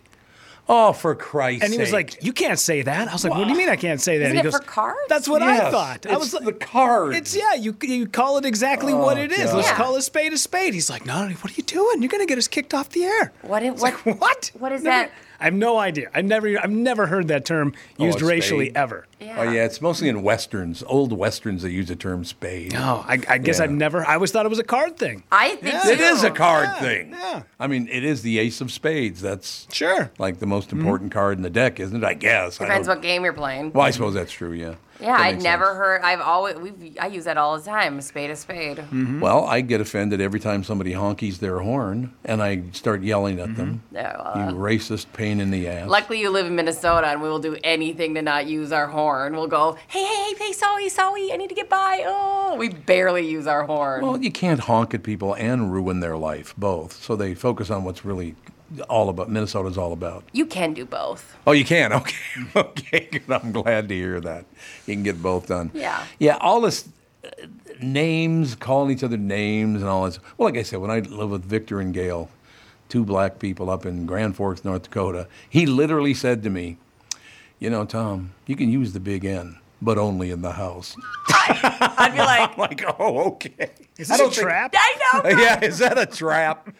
B: Oh, for Christ's
D: And he was
B: sake.
D: like, "You can't say that." I was like, "What do you mean I can't say that?"
C: Isn't
D: he
C: it
D: goes,
C: for cards?
D: That's what I
B: Yes,
D: thought. I
B: it's
D: was like,
B: "The cards."
D: It's yeah. You you call it exactly what
B: Oh,
D: it is.
B: God.
D: Let's
B: Yeah.
D: call a spade a spade. He's like, "No, no, what are you doing? You're gonna get us kicked off the air."
C: What? It, what?
D: what?
C: What is
D: Never-
C: that?
D: I have no idea. I've never I've never heard that term
B: Oh,
D: used
B: a
D: racially
B: spade.
D: ever.
B: Oh yeah, it's mostly in westerns, old westerns. They use the term spade.
D: No, Oh, I, I guess
B: Yeah.
D: I've never. I always thought it was a card thing.
C: I think
B: It is a card
D: Yeah,
B: thing.
D: yeah.
B: I mean, it is the ace of spades. That's
D: sure like
B: the most important card in the deck, isn't it? I guess. I
C: Depends
B: don't-
C: what game you're playing.
B: well, I suppose that's true. Yeah.
C: Yeah,
B: That
C: I'd
B: makes
C: never heard. I've always we've I use that all the time. Spade a spade.
D: Mm-hmm.
B: sense. Well, I get offended every time somebody honkies their horn, and I start yelling at them.
D: Mm-hmm.
C: Yeah, well,
B: you racist pain in the ass.
C: Luckily, you live in Minnesota, and we will do anything to not use our horn. We'll go, hey, hey, hey, hey, sorry, sorry, I need to get by. Oh, we barely use our horn.
B: Well, you can't honk at people and ruin their life both. So they focus on what's really all about. Minnesota's all about.
C: You can do both.
B: Oh, you can. Okay, okay. Good. I'm glad to hear that. You can get both done.
C: Yeah.
B: Yeah. All this uh, names, calling each other names, and all this. Well, like I said, when I lived with Victor and Gail, two black people up in Grand Forks, North Dakota, he literally said to me, "You know, Tom, you can use the big N, but only in the house."
C: I'd be like,
B: I'm like, oh, okay.
D: Is
B: I
D: this a
B: don't think-
D: trap?
C: I know.
B: yeah, is that a trap?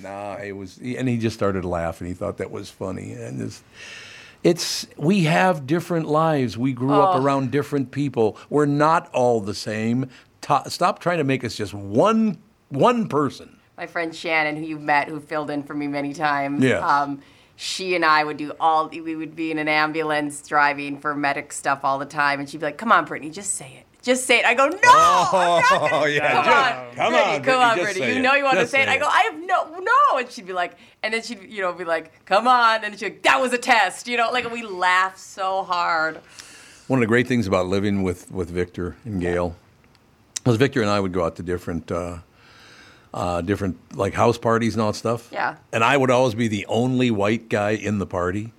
B: nah, it was, and he just started laughing. He thought that was funny, and it's, it's we have different lives. We grew up
C: Oh.
B: around different people. We're not all the same. to- stop trying to make us just one one person.
C: my friend Shannon, who you met, who filled in for me many times.
B: Yes.
C: Um, she and I would do all, we would be in an ambulance driving for medic stuff all the time. And she'd be like, come on, Brittany, just say it. Just say it. I go, no, I'm not
B: Oh,
C: gonna,
B: yeah, just- come
C: come, on, Brittany,
B: on, Brittany,
C: come on,
B: just
C: Brittany.
B: say
C: You
B: it.
C: know you want
B: Just
C: to say it.
B: say
C: I go,
B: it.
C: I have no, no. And she'd be like, and then she'd, you know, be like, come on. And she'd be like, that was a test. You know, like we laughed so hard.
B: One of the great things about living with, with Victor and Gail was Victor and I would go out to different uh, uh, different like house parties and all that stuff.
C: Yeah.
B: And I would always be the only white guy in the party.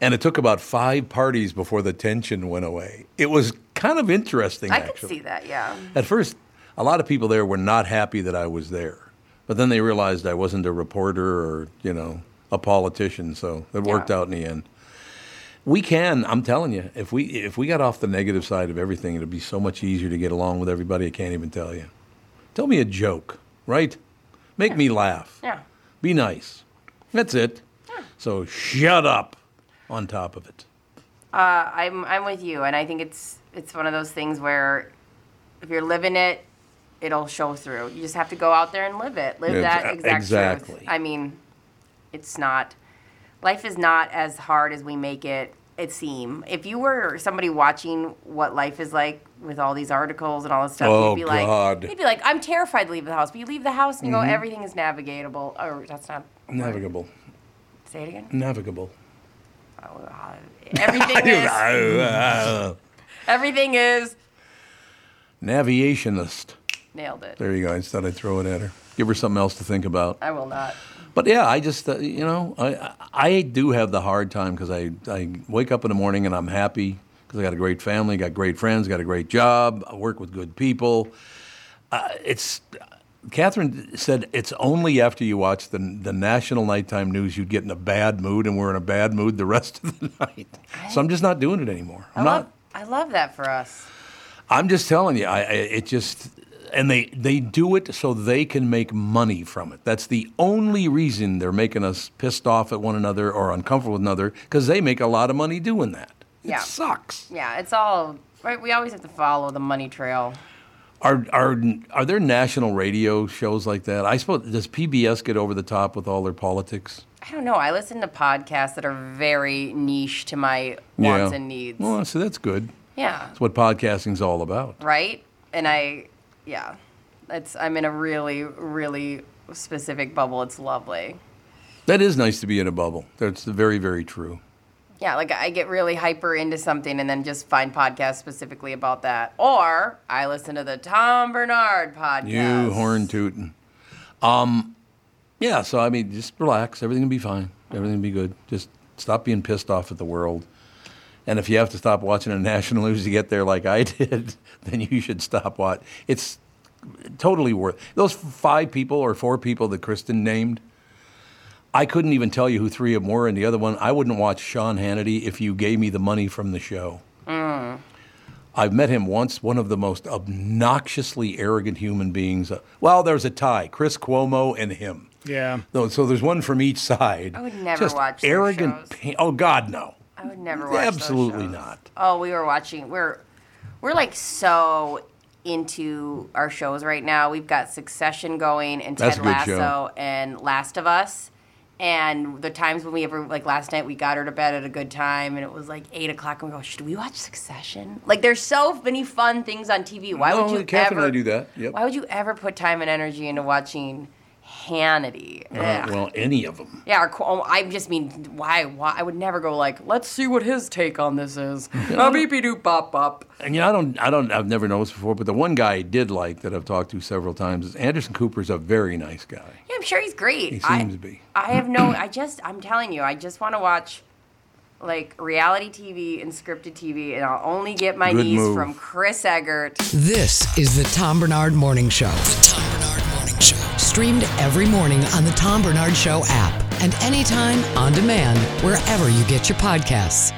B: And it took about five parties before the tension went away. It was kind of interesting.
C: I
B: actually.
C: could see that, yeah.
B: At first, a lot of people there were not happy that I was there, but then they realized I wasn't a reporter or you know a politician, so it worked
C: Yeah.
B: out in the end. We can, I'm telling you, if we if we got off the negative side of everything, it'd be so much easier to get along with everybody. I can't even tell you. Tell me a joke, right? Make me laugh.
C: Yeah.
B: Be nice. That's it. So shut up. On top of it,
C: Uh, I'm I'm with you, and I think it's it's one of those things where if you're living it, it'll show through. You just have to go out there and live it, live
B: Yeah,
C: that
B: ex-
C: exact
B: exactly.
C: truth. I mean, it's not life is not as hard as we make it it seem. If you were somebody watching what life is like with all these articles and all this stuff,
B: Oh,
C: you'd be
B: God.
C: like, you'd be like, I'm terrified to leave the house. But you leave the house and you
B: Mhm.
C: go, everything is navigatable. Or that's not
B: navigable,
C: say it again.
B: navigable.
C: Oh, Everything is everything is
B: Navigationist.
C: nailed it.
B: There you go. I just thought I'd throw it at her. Give her something else to think about.
C: I will not.
B: But yeah, I just uh, you know I I- I do have the hard time because I I wake up in the morning and I'm happy because I got a great family, got great friends, got a great job, I work with good people. Uh, it's Catherine said it's only after you watch the the national nighttime news you get in a bad mood, and we're in a bad mood the rest of the night. So I'm just not doing it anymore. I'm not.
C: I love that for us.
B: I'm just telling you, I, I it just and they they do it so they can make money from it. That's the only reason they're making us pissed off at one another or uncomfortable with another because they make a lot of money doing that.
C: Yeah. It
B: sucks.
C: Yeah, it's all right. We always have to follow the money trail.
B: Are are are there national radio shows like that? I suppose does PBS get over the top with all their politics?
C: I don't know. I listen to podcasts that are very niche to my wants and needs.
B: Well, so that's good.
C: Yeah.
B: That's what podcasting's all about.
C: Right? And I, yeah, it's I'm in a really, really specific bubble. It's lovely.
B: That is nice to be in a bubble. That's very very true.
C: Yeah, like I get really hyper into something and then just find podcasts specifically about that. Or I listen to the Tom Bernard podcast.
B: You horn tootin'. Um, yeah, so I mean, just relax. Everything will be fine. Everything will be good. Just stop being pissed off at the world. And if you have to stop watching a national news to get there, like I did, then you should stop watching. It's totally worth those five people or four people that Kristen named. I couldn't even tell you who three of them were, and the other one I wouldn't watch Sean Hannity if you gave me the money from the show.
H: Mm.
B: I've met him once, one of the most obnoxiously arrogant human beings. Well, there's a tie Chris Cuomo and him.
D: Yeah.
B: No, So there's one from each side.
C: I would never
B: Just
C: watch those
B: arrogant. pa- oh, God, no.
C: I would never watch those
B: Absolutely not.
C: Oh, we were watching. We're we're like so into our shows right now. We've got Succession going and
B: That's
C: Ted
B: a good
C: Lasso
B: show.
C: and Last of Us. And the times when we ever like last night, we got her to bed at a good time, and it was like eight o'clock, and we go, "Should we watch Succession?" Like, there's so many fun things on TV. Why
B: No,
C: would you
B: Catherine and
C: ever?
B: I do that. Yep.
C: Why would you ever put time and energy into watching Hannity?
B: Uh,
C: Ugh.
B: well, any of them.
C: Yeah, or, qu- oh, I just mean why? Why I would never go like, let's see what his take on this is.
B: Yeah.
C: Uh, beepy doop bop bop.
B: And you know, I don't, I don't, I've never noticed before, but the one guy I did like that I've talked to several times is Anderson Cooper's a very nice guy.
C: Yeah, I'm sure he's great.
B: He seems
C: I,
B: to be.
C: I have no. I just I'm telling you, I just want to watch like reality TV and scripted TV, and I'll only get my
A: Good
C: news
A: move.
C: from Chris Eggert.
A: This is the Tom Bernard Morning Show. Tom Bernard Morning Show. Streamed every morning on the Tom Bernard Show app and anytime on demand wherever you get your podcasts.